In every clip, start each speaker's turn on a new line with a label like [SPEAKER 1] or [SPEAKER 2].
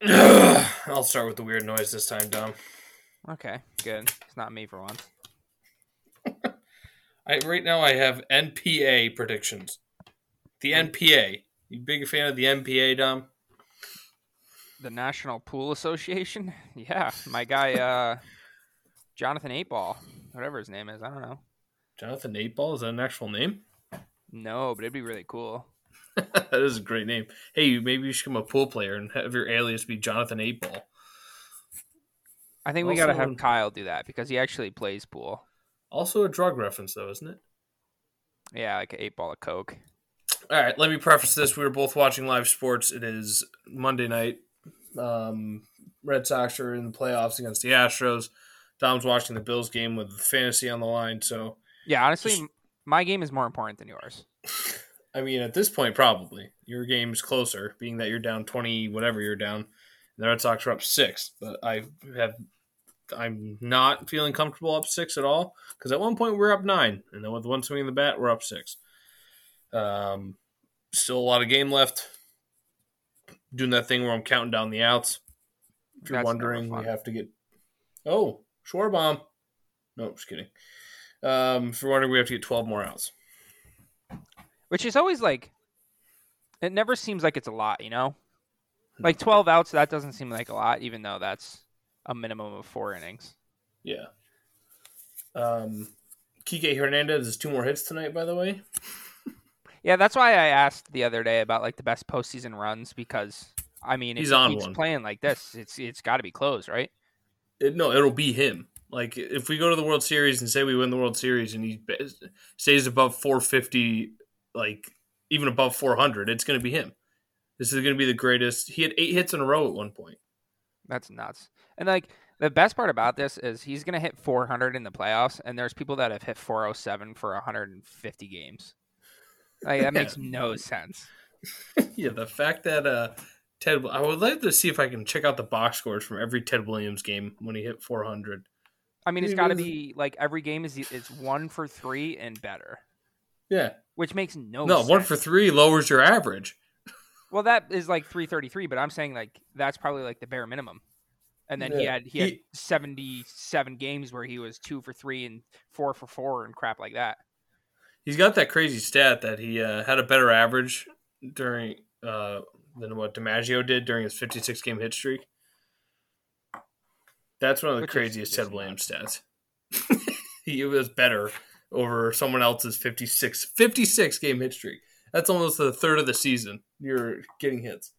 [SPEAKER 1] I'll start with the weird noise this time, Dom.
[SPEAKER 2] Okay, good. It's not me for once.
[SPEAKER 1] I, right now, I have NPA predictions. The NPA. You big fan of the NPA, Dom?
[SPEAKER 2] The National Pool Association? Yeah, my guy, uh, Jonathan Eightball, whatever his name is. I don't know.
[SPEAKER 1] Jonathan Eightball is that an actual name?
[SPEAKER 2] No, but it'd be really cool.
[SPEAKER 1] that is a great name. Hey, maybe you should become a pool player and have your alias be Jonathan Eightball.
[SPEAKER 2] I think we got to
[SPEAKER 1] Also-
[SPEAKER 2] have Kyle do that because he actually plays pool.
[SPEAKER 1] Also a drug reference, though, isn't it?
[SPEAKER 2] Yeah, like an eight ball of Coke.
[SPEAKER 1] All right, let me preface this. We were both watching live sports. It is Monday night. Um, Red Sox are in the playoffs against the Astros. Dom's watching the Bills game with fantasy on the line. So,
[SPEAKER 2] Yeah, honestly,
[SPEAKER 1] Just-
[SPEAKER 2] m my game is more important than yours.
[SPEAKER 1] I mean, at this point, probably your game's closer, being that you're down 20, whatever you're down. And the Red Sox are up six. But I have. I'm not feeling comfortable up six at all because at one point we we're up nine, and then with one swing of the bat, we're up six. Um, still a lot of game left. Doing that thing where I'm counting down the outs. If you're
[SPEAKER 2] That's never
[SPEAKER 1] wondering, we
[SPEAKER 2] fun.
[SPEAKER 1] have to get. Oh, Schwarbaum. No, just kidding. Um, if you're wondering, we have to get 12 more outs.
[SPEAKER 2] Which is always like, it never seems like it's a lot, you know? Like
[SPEAKER 1] Hmm.
[SPEAKER 2] 12 outs, that doesn't seem like a lot, even though that's a minimum of four innings.
[SPEAKER 1] Yeah. Um, Kike Hernandez has two more hits tonight, by the way.
[SPEAKER 2] Yeah, that's why I asked the other day about like the best postseason runs because I mean, if
[SPEAKER 1] He's
[SPEAKER 2] he
[SPEAKER 1] on
[SPEAKER 2] keeps
[SPEAKER 1] one.
[SPEAKER 2] playing like this, it's it's got to be close, right?
[SPEAKER 1] It, no, it'll be him. Like if we go to the World Series and say we win the World Series and he ba- stays above 450, like even above 400, it's going to be him. This is going to be the greatest. He had eight hits in a row at one point.
[SPEAKER 2] That's nuts. And like the best part about this is he's gonna hit 400 in the playoffs, and there's people that have hit 407 for 150 games. Like that
[SPEAKER 1] Yeah.
[SPEAKER 2] makes no sense.
[SPEAKER 1] yeah, the fact that uh, Ted, I would like to see if I can check out the box scores from every Ted Williams game when he hit 400.
[SPEAKER 2] I mean, it's
[SPEAKER 1] It
[SPEAKER 2] got to
[SPEAKER 1] was-
[SPEAKER 2] be like every game is it's one for three and better,
[SPEAKER 1] Yeah,
[SPEAKER 2] which makes no
[SPEAKER 1] no,
[SPEAKER 2] sense.
[SPEAKER 1] one for three lowers your average.
[SPEAKER 2] Well, that is like 333, but I'm saying like that's probably like the bare minimum. And then he
[SPEAKER 1] Yeah.
[SPEAKER 2] had he had
[SPEAKER 1] He-
[SPEAKER 2] 77 games where he was 2 for 3 and 4 for 4 and crap like that.
[SPEAKER 1] He's got that crazy stat that he uh, had a better average during uh, than what DiMaggio did during his 56 game hit streak. That's one of the
[SPEAKER 2] Which is
[SPEAKER 1] craziest
[SPEAKER 2] just
[SPEAKER 1] Ted Williams stats. he was better over someone else's 56 56 game hit streak. That's almost a third of the season. You're getting hits.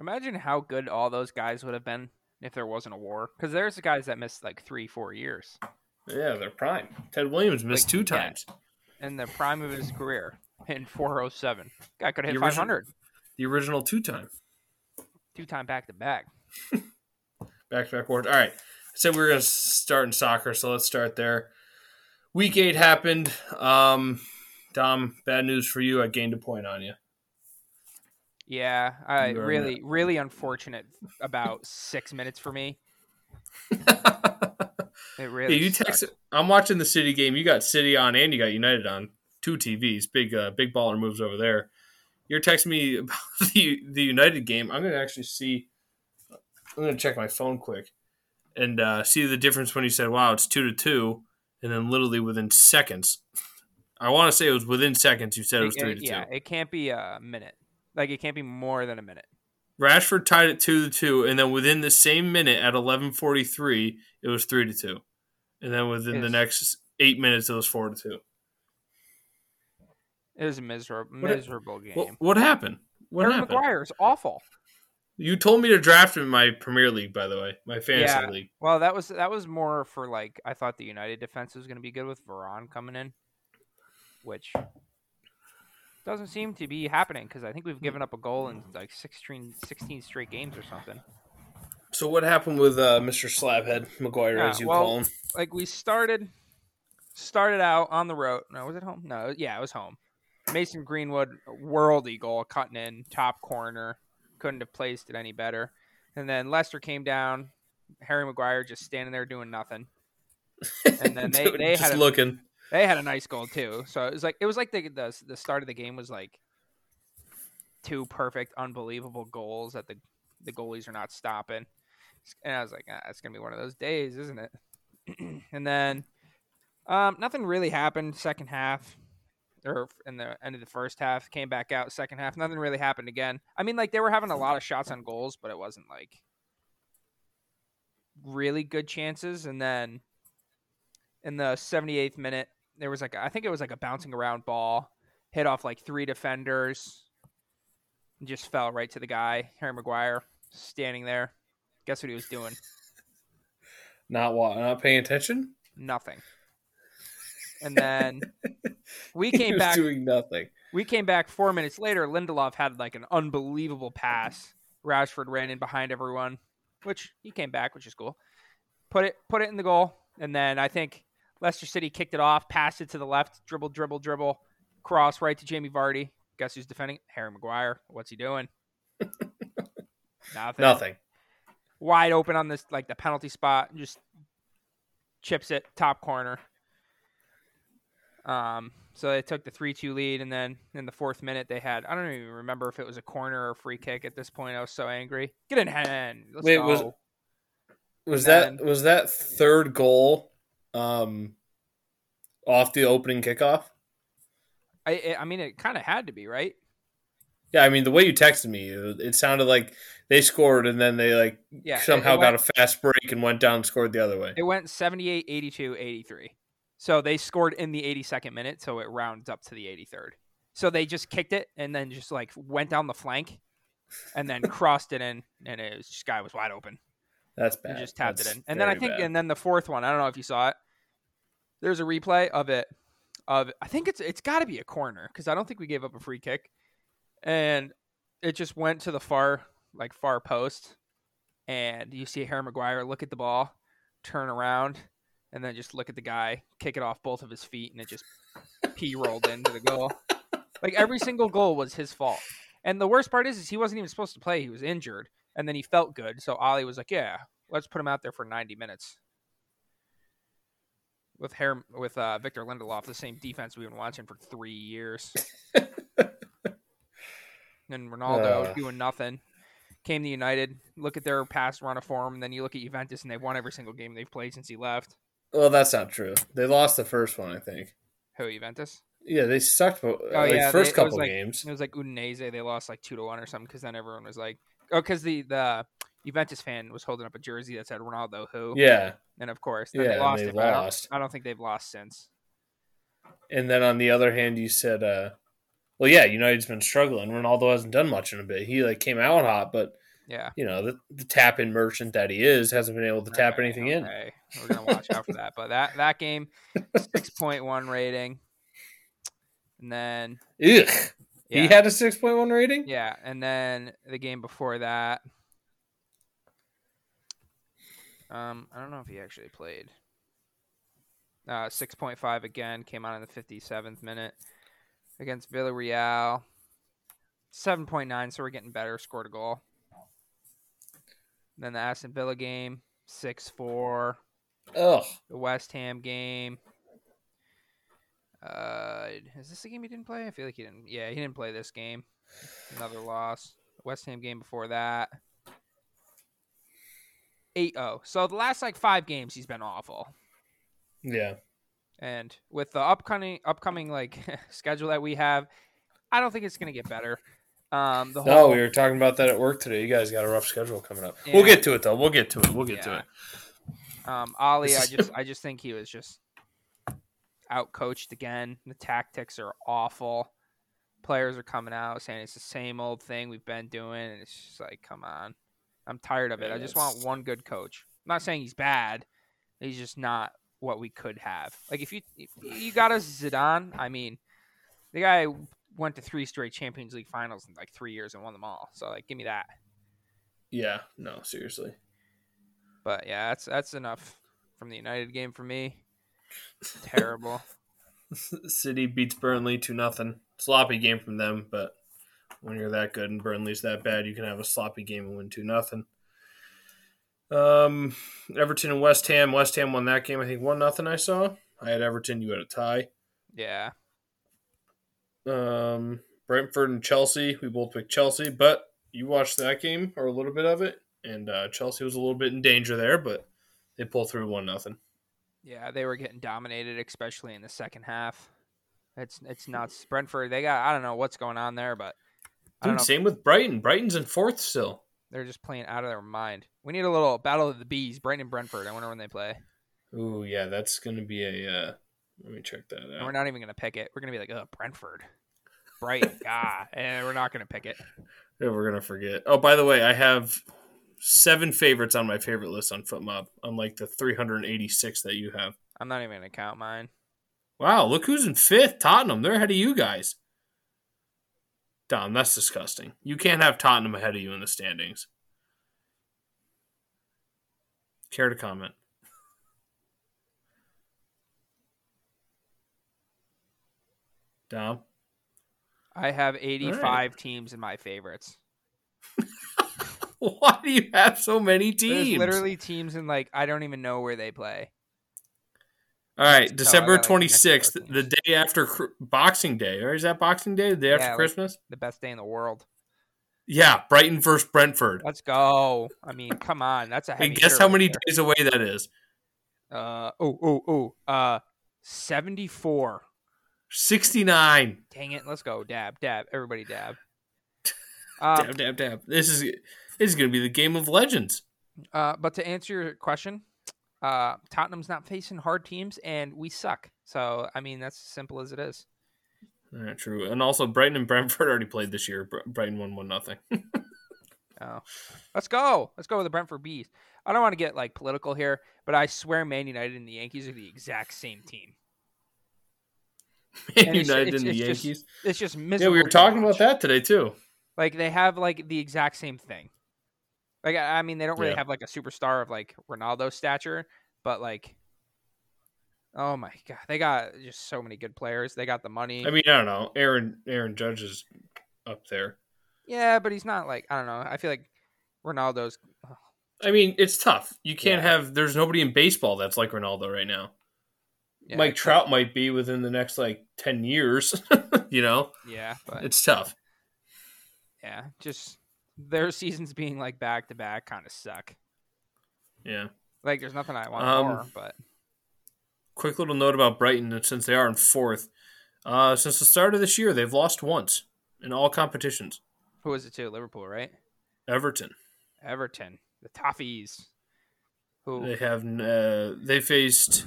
[SPEAKER 2] Imagine how good all those guys would have been if there wasn't a war cuz there's guys that missed like 3 4 years
[SPEAKER 1] Yeah, they're prime. Ted Williams missed
[SPEAKER 2] Like,
[SPEAKER 1] two
[SPEAKER 2] yeah.
[SPEAKER 1] times.
[SPEAKER 2] in the prime of his career in 407. Guy could hit
[SPEAKER 1] The original-
[SPEAKER 2] 500
[SPEAKER 1] The original two time.
[SPEAKER 2] two time back to back.
[SPEAKER 1] back to back forward. All right. I said we were going to start in soccer, so let's start there. Week eight happened. Um, Dom, bad news for you. I gained a point on you.
[SPEAKER 2] Yeah, I
[SPEAKER 1] You earned
[SPEAKER 2] really really unfortunate about 6 minutes for me. It really
[SPEAKER 1] Hey, you
[SPEAKER 2] sucked.
[SPEAKER 1] texted. I'm watching the City game. You got City on and you got United on two TVs. Big, uh, big baller moves over there. You're texting me about the the United game. I'm gonna actually see. I'm gonna check my phone quick and uh, see the difference when you said, "Wow, it's two to two," and then literally within seconds. I want to say it was within seconds. You said it was
[SPEAKER 2] It-
[SPEAKER 1] three
[SPEAKER 2] it-
[SPEAKER 1] to
[SPEAKER 2] yeah,
[SPEAKER 1] two.
[SPEAKER 2] it can't be a minute. Like it can't be more than a minute.
[SPEAKER 1] Rashford tied it two to two, and then within the same minute at 11:43, it was three to two, and then within the
[SPEAKER 2] Yes.
[SPEAKER 1] next eight minutes, it was four to two.
[SPEAKER 2] It was a miserable,
[SPEAKER 1] What-
[SPEAKER 2] miserable game.
[SPEAKER 1] What, what happened? What
[SPEAKER 2] Harry
[SPEAKER 1] happened?
[SPEAKER 2] Maguire is awful.
[SPEAKER 1] You told me to draft him in my Premier League, by the way, my fantasy
[SPEAKER 2] Yeah.
[SPEAKER 1] league.
[SPEAKER 2] Well, that was that was more for like I thought the United defense was going to be good with Varane coming in, which doesn't seem to be happening because I think we've given up a goal in like 16, 16 straight games or something.
[SPEAKER 1] So what happened with uh, Mr. Slabhead McGuire,
[SPEAKER 2] Yeah,
[SPEAKER 1] as you
[SPEAKER 2] well-
[SPEAKER 1] call him?
[SPEAKER 2] like we started started out on the road. No, was it home? No, yeah, it was home. Mason Greenwood world eagle cutting in top corner. Couldn't have placed it any better. And then Lester came down. Harry Maguire just standing there doing nothing. And then they,
[SPEAKER 1] Dude,
[SPEAKER 2] they
[SPEAKER 1] just
[SPEAKER 2] had a,
[SPEAKER 1] looking.
[SPEAKER 2] they had a nice goal too. So it was like it was like the the, the start of the game was like two perfect, unbelievable goals at the the goalies are not stopping. And I was like, ah, it's gonna be one of those days, isn't it? and then um, nothing really happened second half or in the end of the first half. Came back out second half. Nothing really happened again. I mean, like they were having a lot of shots on goals, but it wasn't like really good chances. And then in the 78th minute, there was like I think it was like a bouncing around ball hit off like three defenders and just fell right to the guy Harry Maguire standing there. Guess what he was doing?
[SPEAKER 1] Not what? Not paying attention.
[SPEAKER 2] Nothing. And then we came back.
[SPEAKER 1] doing nothing.
[SPEAKER 2] We came back four minutes later. Lindelof had like an unbelievable pass. Rashford ran in behind everyone, which he came back, which is cool. Put it put it in the goal, and then I think Leicester City kicked it off, passed it to the left, dribble, dribble, dribble, cross right to Jamie Vardy. Guess who's defending? Harry Maguire. What's he doing? Nothing.
[SPEAKER 1] Nothing.
[SPEAKER 2] Wide open on this like the penalty spot, just chips it top corner. Um, so they took the three-two lead, and then in the fourth minute they had I don't even remember if it was a corner or a free kick at this point. I was so angry. Get in hand. Let's
[SPEAKER 1] Wait,
[SPEAKER 2] go.
[SPEAKER 1] was- Was
[SPEAKER 2] And
[SPEAKER 1] that was that third goal, um, off the opening kickoff?
[SPEAKER 2] I I- I mean it kind of had to be right.
[SPEAKER 1] Yeah, I mean the way you texted me, it, it sounded like they scored and then they like
[SPEAKER 2] Yeah. it-
[SPEAKER 1] somehow
[SPEAKER 2] it
[SPEAKER 1] got
[SPEAKER 2] went,
[SPEAKER 1] a fast break and went down and scored the other way.
[SPEAKER 2] It went 78, 82, 83. So they scored in the 82nd minute, so it rounds up to the 83rd. So they just kicked it and then just like went down the flank and then crossed it in, and it was just guy was wide open.
[SPEAKER 1] That's
[SPEAKER 2] and
[SPEAKER 1] bad.
[SPEAKER 2] just tapped
[SPEAKER 1] That's
[SPEAKER 2] it in. And then I
[SPEAKER 1] very
[SPEAKER 2] think,
[SPEAKER 1] bad.
[SPEAKER 2] and then the fourth one, I don't know if you saw it. There's a replay of it. Of I think it's it's got to be a corner because I don't think we gave up a free kick, and it just went to the far like far post, and you see Harry Maguire look at the ball, turn around, and then just look at the guy, kick it off both of his feet, and it just p rolled into the goal. Like every single goal was his fault. And the worst part is, is he wasn't even supposed to play. He was injured, and then he felt good. So Ollie was like, "Yeah, let's put him out there for 90 minutes." With hair, with uh, Victor Lindelof, the same defense we've been watching for three years. and Ronaldo
[SPEAKER 1] Uh.
[SPEAKER 2] doing nothing. Came to United. Look at their past run of form. And then you look at Juventus, and they've won every single game they've played since he left.
[SPEAKER 1] well, that's not true. They lost the first one, I think.
[SPEAKER 2] Who Juventus?
[SPEAKER 1] Yeah, they sucked. Oh, like,
[SPEAKER 2] yeah,
[SPEAKER 1] first
[SPEAKER 2] they- it was
[SPEAKER 1] couple
[SPEAKER 2] like-
[SPEAKER 1] games.
[SPEAKER 2] It was like Udinese. They lost like two to one or something because then everyone was like, oh, because the the Juventus fan was holding up a jersey that said Ronaldo who,
[SPEAKER 1] Yeah,
[SPEAKER 2] and of course, then
[SPEAKER 1] Yeah,
[SPEAKER 2] they
[SPEAKER 1] and
[SPEAKER 2] lost
[SPEAKER 1] they
[SPEAKER 2] it. but I don't-
[SPEAKER 1] lost.
[SPEAKER 2] I don't think they've lost since.
[SPEAKER 1] and then on the other hand, you said, uh, "Well, yeah, United's been struggling. Ronaldo hasn't done much in a bit. He like came out hot, but
[SPEAKER 2] Yeah,
[SPEAKER 1] you know the, the tap in merchant that he is hasn't been able to tap
[SPEAKER 2] Okay,
[SPEAKER 1] anything in.
[SPEAKER 2] okay. We're gonna watch out for that. But that that game, six point one rating, and then
[SPEAKER 1] Ugh,
[SPEAKER 2] yeah,
[SPEAKER 1] he had a six point one rating.
[SPEAKER 2] yeah, and then the game before that. Um, I don't know if he actually played. Uh, six point five again came out in the fifty seventh minute against Villarreal. Seven point nine, so we're getting better. Scored a goal. Then the Aston Villa game, six four
[SPEAKER 1] Ugh,
[SPEAKER 2] the West Ham game. Uh, is this the game he didn't play? I feel like he didn't. Yeah, he didn't play this game. Another loss. West Ham game before that. 8-0. So the last like 5 games he's been awful.
[SPEAKER 1] yeah,
[SPEAKER 2] And with the upcoming upcoming like schedule that we have, I don't think it's going to get better. Um the
[SPEAKER 1] No,
[SPEAKER 2] whole
[SPEAKER 1] we were talking about that at work today. You guys got a rough schedule coming up.
[SPEAKER 2] Yeah.
[SPEAKER 1] We'll get to it though. We'll get to it. We'll get to
[SPEAKER 2] Yeah.
[SPEAKER 1] it.
[SPEAKER 2] Um, Ali, I just I just think he was just outcoached again. The tactics are awful. Players are coming out saying it's the same old thing we've been doing, and it's just like, come on. I'm tired of it. I just want
[SPEAKER 1] Yes.
[SPEAKER 2] one good coach. I'm not saying he's bad. He's just not what we could have. Like if you you got a Zidane, I mean, the guy went to three straight Champions League finals in like three years and won them all. So like, give me that.
[SPEAKER 1] Yeah, no, seriously.
[SPEAKER 2] But yeah, that's that's enough from the United game for me. Terrible.
[SPEAKER 1] City beats Burnley two nothing. Sloppy game from them, but when you're that good and Burnley's that bad, you can have a sloppy game and win two nothing. Um, Everton and West Ham. West Ham won that game. I think one nothing. I saw. I had Everton. You had a tie.
[SPEAKER 2] Yeah.
[SPEAKER 1] Um, Brentford and Chelsea. We both picked Chelsea, but you watched that game or a little bit of it, and uh, Chelsea was a little bit in danger there, but they pulled through one nothing.
[SPEAKER 2] Yeah, they were getting dominated, especially in the second half. It's it's nuts. Brentford, they got I don't know what's going on there, but I don't
[SPEAKER 1] Dude,
[SPEAKER 2] know.
[SPEAKER 1] same with Brighton. Brighton's in fourth still.
[SPEAKER 2] They're just playing out of their mind. We need a little battle of the bees, Brighton and Brentford. I wonder when they play.
[SPEAKER 1] Ooh, yeah, that's gonna be a. Uh, let me check that
[SPEAKER 2] And
[SPEAKER 1] out.
[SPEAKER 2] we're not even gonna pick it. We're gonna be like, oh, Brentford, Brighton, ah, and we're not gonna pick it.
[SPEAKER 1] Yeah, we're gonna forget. Oh, by the way, I have seven favorites on my favorite list on FootMob, unlike the 386 that you have.
[SPEAKER 2] I'm not even gonna count mine.
[SPEAKER 1] Wow, look who's in fifth. Tottenham. They're ahead of you guys. Dom, that's disgusting. You can't have Tottenham ahead of you in the standings. Care to comment? Dom?
[SPEAKER 2] I have 85 teams in my favorites.
[SPEAKER 1] Why do you have so many
[SPEAKER 2] There's
[SPEAKER 1] teams?
[SPEAKER 2] literally teams in like I don't even know where they play.
[SPEAKER 1] All right,
[SPEAKER 2] No,
[SPEAKER 1] December
[SPEAKER 2] Oh, I got, like, the next
[SPEAKER 1] 26th,
[SPEAKER 2] four
[SPEAKER 1] the
[SPEAKER 2] teams.
[SPEAKER 1] day after Cr- Boxing Day, or is that Boxing Day? The day after
[SPEAKER 2] Yeah, like-
[SPEAKER 1] Christmas?
[SPEAKER 2] The best day in the world.
[SPEAKER 1] yeah, Brighton versus Brentford.
[SPEAKER 2] Let's go. I mean, come on. That's a heavy
[SPEAKER 1] And guess
[SPEAKER 2] hitter
[SPEAKER 1] how
[SPEAKER 2] right
[SPEAKER 1] many
[SPEAKER 2] there.
[SPEAKER 1] days away that is?
[SPEAKER 2] Uh oh oh oh uh seventy four.
[SPEAKER 1] 69.
[SPEAKER 2] Dang it! Let's go dab dab. Everybody dab. Um,
[SPEAKER 1] dab, dab, dab. This is this is going to be the game of legends.
[SPEAKER 2] uh, but to answer your question, uh, Tottenham's not facing hard teams, and we suck. So I mean, that's as simple as it is.
[SPEAKER 1] All right, true. And also, Brighton and Brentford already played this year. Br- Brighton won one nothing.
[SPEAKER 2] Oh, let's go. Let's go with the Brentford Bees. I don't want to get like political here, but I swear Man United and the Yankees are the exact same team.
[SPEAKER 1] Man
[SPEAKER 2] And it's-
[SPEAKER 1] United
[SPEAKER 2] it's-
[SPEAKER 1] and the
[SPEAKER 2] it's just
[SPEAKER 1] Yankees.
[SPEAKER 2] It's just
[SPEAKER 1] yeah,
[SPEAKER 2] miserable.
[SPEAKER 1] we were
[SPEAKER 2] to
[SPEAKER 1] talking about
[SPEAKER 2] watch.
[SPEAKER 1] that today too.
[SPEAKER 2] Like they have like the exact same thing. Like I I mean, they don't really
[SPEAKER 1] Yeah.
[SPEAKER 2] have like a superstar of like Ronaldo stature, but like, oh my god, they got just so many good players. They got the money.
[SPEAKER 1] I mean, I don't know. Aaron Aaron Judge is up there.
[SPEAKER 2] yeah, but he's not like I don't know. I feel like Ronaldo's.
[SPEAKER 1] I mean, it's tough. You can't
[SPEAKER 2] Yeah.
[SPEAKER 1] have. There's nobody in baseball that's like Ronaldo right now.
[SPEAKER 2] Yeah,
[SPEAKER 1] Mike Trout might be within the next like ten years. you know,
[SPEAKER 2] Yeah, but
[SPEAKER 1] it's tough.
[SPEAKER 2] yeah, just their seasons being like back to back kind of suck.
[SPEAKER 1] Yeah.
[SPEAKER 2] Like there's nothing I want
[SPEAKER 1] Um,
[SPEAKER 2] more, but
[SPEAKER 1] Quick little note about Brighton, and since they are in fourth, uh, since the start of this year, they've lost once in all competitions.
[SPEAKER 2] who was it to? Liverpool, right?
[SPEAKER 1] Everton.
[SPEAKER 2] Everton, the Toffees. Who?
[SPEAKER 1] They have uh, they faced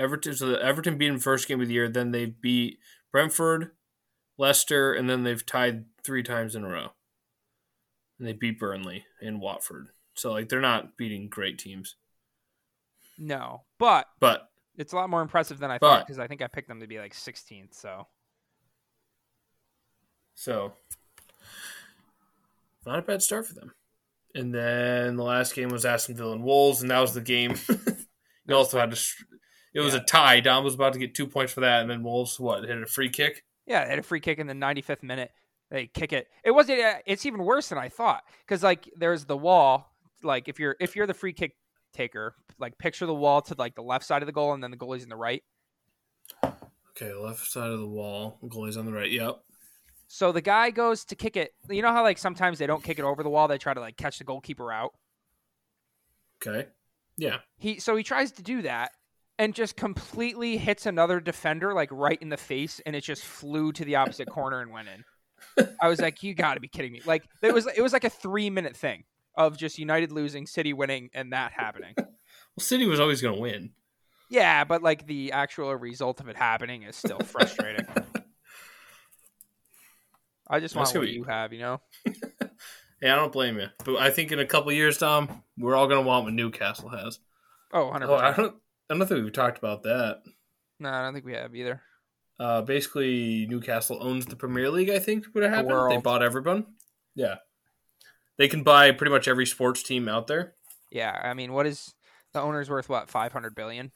[SPEAKER 1] Everton. So the Everton beat them first game of the year. Then they beat Brentford, Leicester, and then they've tied three times in a row. And they beat Burnley and Watford. So like they're not beating great teams,
[SPEAKER 2] No, but
[SPEAKER 1] but
[SPEAKER 2] It's a lot more impressive than I thought
[SPEAKER 1] But-
[SPEAKER 2] because I think I picked them to be like 16th. So
[SPEAKER 1] so not a bad start for them. And then the last game was Aston Villa and Wolves, and that was the game. you also had a, str- it was a
[SPEAKER 2] Yeah.
[SPEAKER 1] tie. Dom was about to get two points for that, and then Wolves what hit a free kick.
[SPEAKER 2] yeah, they had a free kick in the 95th minute. They kick it. It wasn't. uh, It's even worse than I thought because like there's the wall. Like if you're if you're the free kick taker, like picture the wall to like the left side of the goal and then the goalie's in the right.
[SPEAKER 1] Okay, left side of the wall. Goalie's on the right. Yep.
[SPEAKER 2] So the guy goes to kick it. You know how like sometimes they don't kick it over the wall. They try to like catch the goalkeeper out.
[SPEAKER 1] Okay. Yeah.
[SPEAKER 2] He so he tries to do that and just completely hits another defender like right in the face and it just flew to the opposite corner and went in. I was like, you got to be kidding me. Like it was it was like a 3 minute thing of just United losing, City winning and that happening.
[SPEAKER 1] Well, City was always going to win.
[SPEAKER 2] Yeah, but like the actual result of it happening is still frustrating. I just want
[SPEAKER 1] That's gonna
[SPEAKER 2] what
[SPEAKER 1] be-
[SPEAKER 2] you have, you know.
[SPEAKER 1] Yeah, I don't blame you. But I think in a couple years, Tom, we're all going to want what Newcastle has.
[SPEAKER 2] Oh, 100%.
[SPEAKER 1] Oh, I don't. I don't think we've talked about that.
[SPEAKER 2] no, I don't think we have either.
[SPEAKER 1] Uh, basically, Newcastle owns the Premier League. I think would have happened. They
[SPEAKER 2] world.
[SPEAKER 1] bought everyone. Yeah. They can buy pretty much every sports team out there.
[SPEAKER 2] Yeah, I mean, what is the owner's worth what? 500 billion?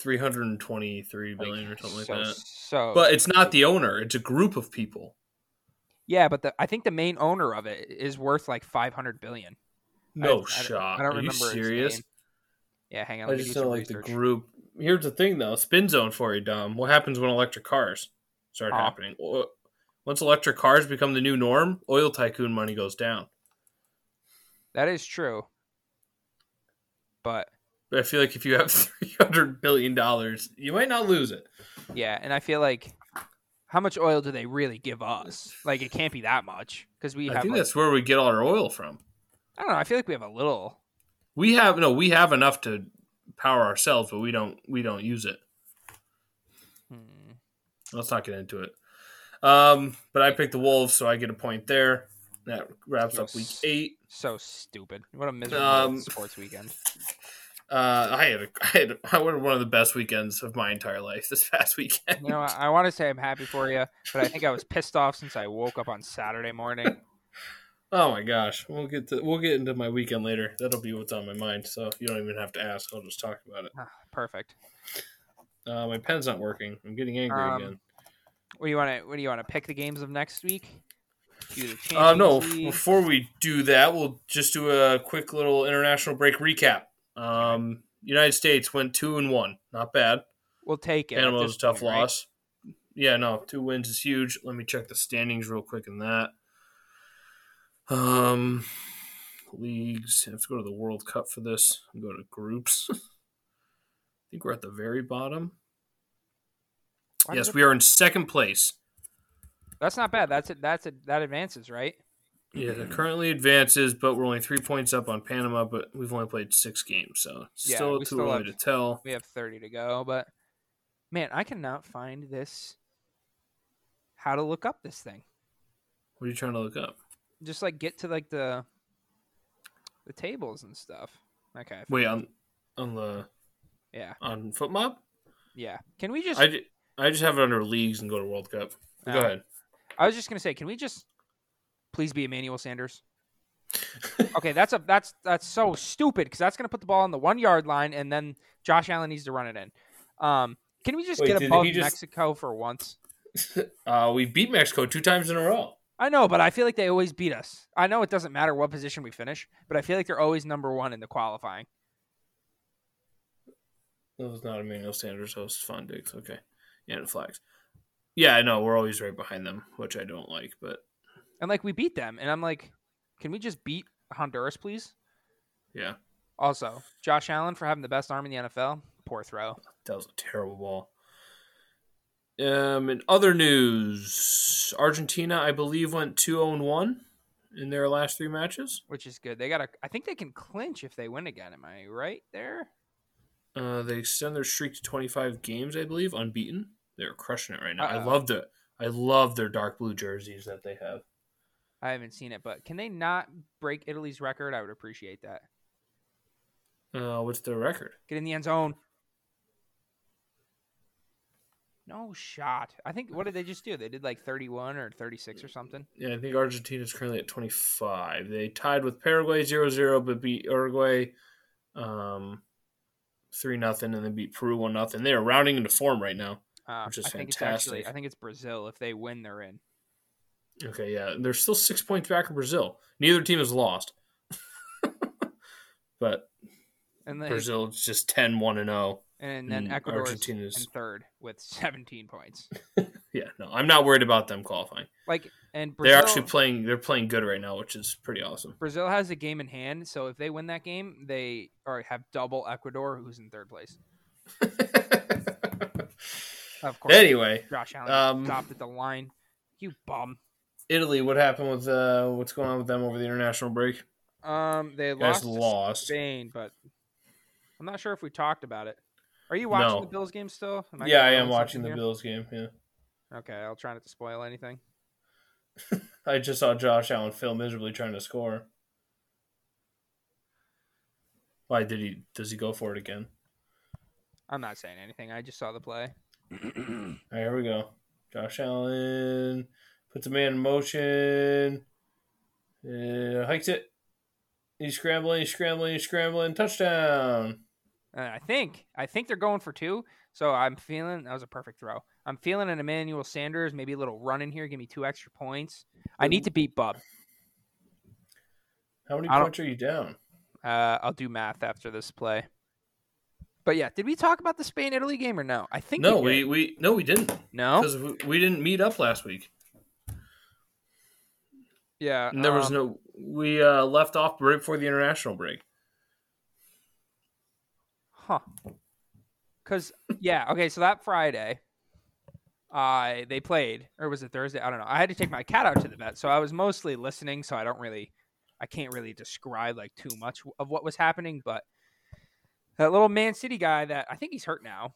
[SPEAKER 1] Three hundred and twenty-three billion or something
[SPEAKER 2] so,
[SPEAKER 1] like that.
[SPEAKER 2] So
[SPEAKER 1] But it's not the owner; it's a group of people.
[SPEAKER 2] Yeah, but the, I think the main owner of it is worth like five hundred billion. I-
[SPEAKER 1] No
[SPEAKER 2] I,
[SPEAKER 1] shot.
[SPEAKER 2] I don't
[SPEAKER 1] Are you
[SPEAKER 2] remember. his
[SPEAKER 1] serious?
[SPEAKER 2] name. Yeah, hang on.
[SPEAKER 1] I
[SPEAKER 2] Let me
[SPEAKER 1] just
[SPEAKER 2] do
[SPEAKER 1] don't
[SPEAKER 2] some
[SPEAKER 1] like
[SPEAKER 2] research.
[SPEAKER 1] the group. Here's the thing, though. Spin zone for you, Dom. What happens when electric cars start
[SPEAKER 2] Huh.
[SPEAKER 1] happening? O- Once electric cars become the new norm, oil tycoon money goes down.
[SPEAKER 2] That is true. But
[SPEAKER 1] But I feel like if you have three hundred million dollars, you might not lose it.
[SPEAKER 2] yeah, and I feel like how much oil do they really give us? Like it can't be that much because we
[SPEAKER 1] I
[SPEAKER 2] have.
[SPEAKER 1] think
[SPEAKER 2] like-
[SPEAKER 1] that's where we get all our oil from.
[SPEAKER 2] I don't know. I feel like we have a little.
[SPEAKER 1] We have no, we have enough to power ourselves, but we don't we don't use it.
[SPEAKER 2] Hmm.
[SPEAKER 1] Let's not get into it. Um, but I picked the Wolves, so I get a point there. That wraps up week
[SPEAKER 2] Yes.
[SPEAKER 1] eight.
[SPEAKER 2] So stupid. What a miserable
[SPEAKER 1] Um,
[SPEAKER 2] sports weekend.
[SPEAKER 1] Uh, I had a, I had a, I went one of the best weekends of my entire life this past weekend.
[SPEAKER 2] You know, I, I want to say I'm happy for you, but I think I was pissed off since I woke up on Saturday morning.
[SPEAKER 1] Oh my gosh, we'll get to we'll get into my weekend later. That'll be what's on my mind, so you don't even have to ask. I'll just talk about it.
[SPEAKER 2] Ah, Perfect.
[SPEAKER 1] Uh, my pen's not working. I'm getting angry
[SPEAKER 2] Um,
[SPEAKER 1] again.
[SPEAKER 2] What do you want to? What do you want to pick the games of next week? Do the Champions
[SPEAKER 1] Uh, no, f-
[SPEAKER 2] League?
[SPEAKER 1] before we do that, we'll just do a quick little international break recap. Um, United States went two and one, not bad.
[SPEAKER 2] we'll take it. at
[SPEAKER 1] Panama
[SPEAKER 2] this
[SPEAKER 1] was a tough
[SPEAKER 2] point, right?
[SPEAKER 1] loss. Yeah, no, two wins is huge. Let me check the standings real quick in that. Um, leagues. I have to go to the World Cup for this. Go to groups. I think we're at the very bottom.
[SPEAKER 2] Why
[SPEAKER 1] yes,
[SPEAKER 2] did
[SPEAKER 1] we are in second place.
[SPEAKER 2] it- That's not bad. That's it. That's it. That advances, right?
[SPEAKER 1] Yeah, that
[SPEAKER 2] Mm-hmm.
[SPEAKER 1] currently advances, but we're only three points up on Panama. But we've only played six games, so it's
[SPEAKER 2] Yeah,
[SPEAKER 1] still
[SPEAKER 2] we
[SPEAKER 1] too
[SPEAKER 2] still
[SPEAKER 1] early
[SPEAKER 2] have-
[SPEAKER 1] to tell.
[SPEAKER 2] We have 30 to go, but man, I cannot find this. How to look up this thing?
[SPEAKER 1] What are you trying to look up?
[SPEAKER 2] Just like get to like the the tables and stuff. Okay.
[SPEAKER 1] Wait on on the
[SPEAKER 2] Yeah.
[SPEAKER 1] on FootMob.
[SPEAKER 2] Yeah. Can we just? Ah.
[SPEAKER 1] I, ju- I just have it under leagues and go to World Cup. Go
[SPEAKER 2] No.
[SPEAKER 1] ahead.
[SPEAKER 2] I was just gonna say, can we just please be Emmanuel Sanders? okay, that's a that's that's so stupid because that's gonna put the ball on the one yard line and then Josh Allen needs to run it in. Um, can we just
[SPEAKER 1] Wait,
[SPEAKER 2] get
[SPEAKER 1] did
[SPEAKER 2] above
[SPEAKER 1] he just-
[SPEAKER 2] Mexico for once?
[SPEAKER 1] Uh, we beat Mexico two times in a row.
[SPEAKER 2] I know, but I feel like they always beat us. I know it doesn't matter what position we finish, but I feel like they're always number one in the qualifying.
[SPEAKER 1] That was not Emmanuel Sanders. That was Fun Diggs. Okay. Yeah, and Flags. Yeah, I know. We're always right behind them, which I don't like, but
[SPEAKER 2] And like we beat them, and I'm like, can we just beat Honduras, please?
[SPEAKER 1] yeah,
[SPEAKER 2] Also, Josh Allen for having the best arm in the NFL. Poor throw.
[SPEAKER 1] that was a terrible ball. Um, in other news, Argentina, I believe, went 2 0 1 in their last three matches.
[SPEAKER 2] which is good. They got to. I think they can clinch if they win again. Am I right there?
[SPEAKER 1] Uh, they extend their streak to 25 games, I believe, unbeaten. They're crushing it right now. I
[SPEAKER 2] Uh-oh.
[SPEAKER 1] loved it. I love their dark blue jerseys that they have.
[SPEAKER 2] I haven't seen it, but can they not break Italy's record? I would appreciate that.
[SPEAKER 1] Uh, what's their record?
[SPEAKER 2] Get in the end zone. No shot. I think what did they just do? They did like 31 or 36 or something.
[SPEAKER 1] Yeah, I think Argentina's currently at 25. They tied with Paraguay 0 0, but beat Uruguay um, 3 0, and then beat Peru 1 0. They are rounding into form right now.
[SPEAKER 2] Uh,
[SPEAKER 1] Which is
[SPEAKER 2] I think it's actually
[SPEAKER 1] fantastic.
[SPEAKER 2] I think it's Brazil. If they win, they're in.
[SPEAKER 1] Okay, yeah. They're still six points back of Brazil. Neither team has lost. but
[SPEAKER 2] And they,
[SPEAKER 1] Brazil's just 10 1 and 0.
[SPEAKER 2] and then
[SPEAKER 1] and
[SPEAKER 2] Ecuador
[SPEAKER 1] Argentina's-
[SPEAKER 2] is in third with 17 points.
[SPEAKER 1] Yeah, no, I'm not worried about them qualifying.
[SPEAKER 2] Like and Brazil,
[SPEAKER 1] They're actually playing. They're playing good right now, which is pretty awesome.
[SPEAKER 2] Brazil has a game in hand, so if they win that game, they or have double Ecuador, who's in third place. Of course,
[SPEAKER 1] anyway,
[SPEAKER 2] Josh Allen
[SPEAKER 1] um,
[SPEAKER 2] stopped at the line. You bum.
[SPEAKER 1] Italy, what happened with uh, what's going on with them over the international break?
[SPEAKER 2] Um, they
[SPEAKER 1] Guys
[SPEAKER 2] lost, to
[SPEAKER 1] lost.
[SPEAKER 2] Spain, but I'm not sure if we talked about it. Are you watching
[SPEAKER 1] No.
[SPEAKER 2] the Bills game still? Am
[SPEAKER 1] yeah, I
[SPEAKER 2] gonna
[SPEAKER 1] am
[SPEAKER 2] ruin
[SPEAKER 1] watching the
[SPEAKER 2] something
[SPEAKER 1] Bills game. Yeah,
[SPEAKER 2] here? Okay, I'll try not to spoil anything.
[SPEAKER 1] I just saw Josh Allen fail miserably trying to score. Why did he? Does he go for it again?
[SPEAKER 2] I'm not saying anything. I just saw the play.
[SPEAKER 1] All right, here we go. Josh Allen puts a man in motion. Uh, hikes it. He's scrambling. He's scrambling. He's scrambling. Touchdown.
[SPEAKER 2] And Uh, I think I think they're going for two. So I'm feeling that was a perfect throw. I'm feeling an Emmanuel Sanders, maybe a little run in here, give me two extra points. I need to beat Bub.
[SPEAKER 1] How many
[SPEAKER 2] I don't-
[SPEAKER 1] points are you down?
[SPEAKER 2] Uh, I'll do math after this play. But yeah, did we talk about the Spain Italy game or no? I think
[SPEAKER 1] No,
[SPEAKER 2] we,
[SPEAKER 1] we, we
[SPEAKER 2] did.
[SPEAKER 1] no we didn't
[SPEAKER 2] no.
[SPEAKER 1] because we, we didn't meet up last week.
[SPEAKER 2] Yeah,
[SPEAKER 1] And there was
[SPEAKER 2] um,
[SPEAKER 1] no we uh, left off right before the international break.
[SPEAKER 2] Huh. Cause yeah, okay, so that Friday, I they played, or was it Thursday? I don't know. I had to take my cat out to the vet, so I was mostly listening, so I don't really I can't really describe like too much of what was happening, but that little Man City guy that I think he's hurt now.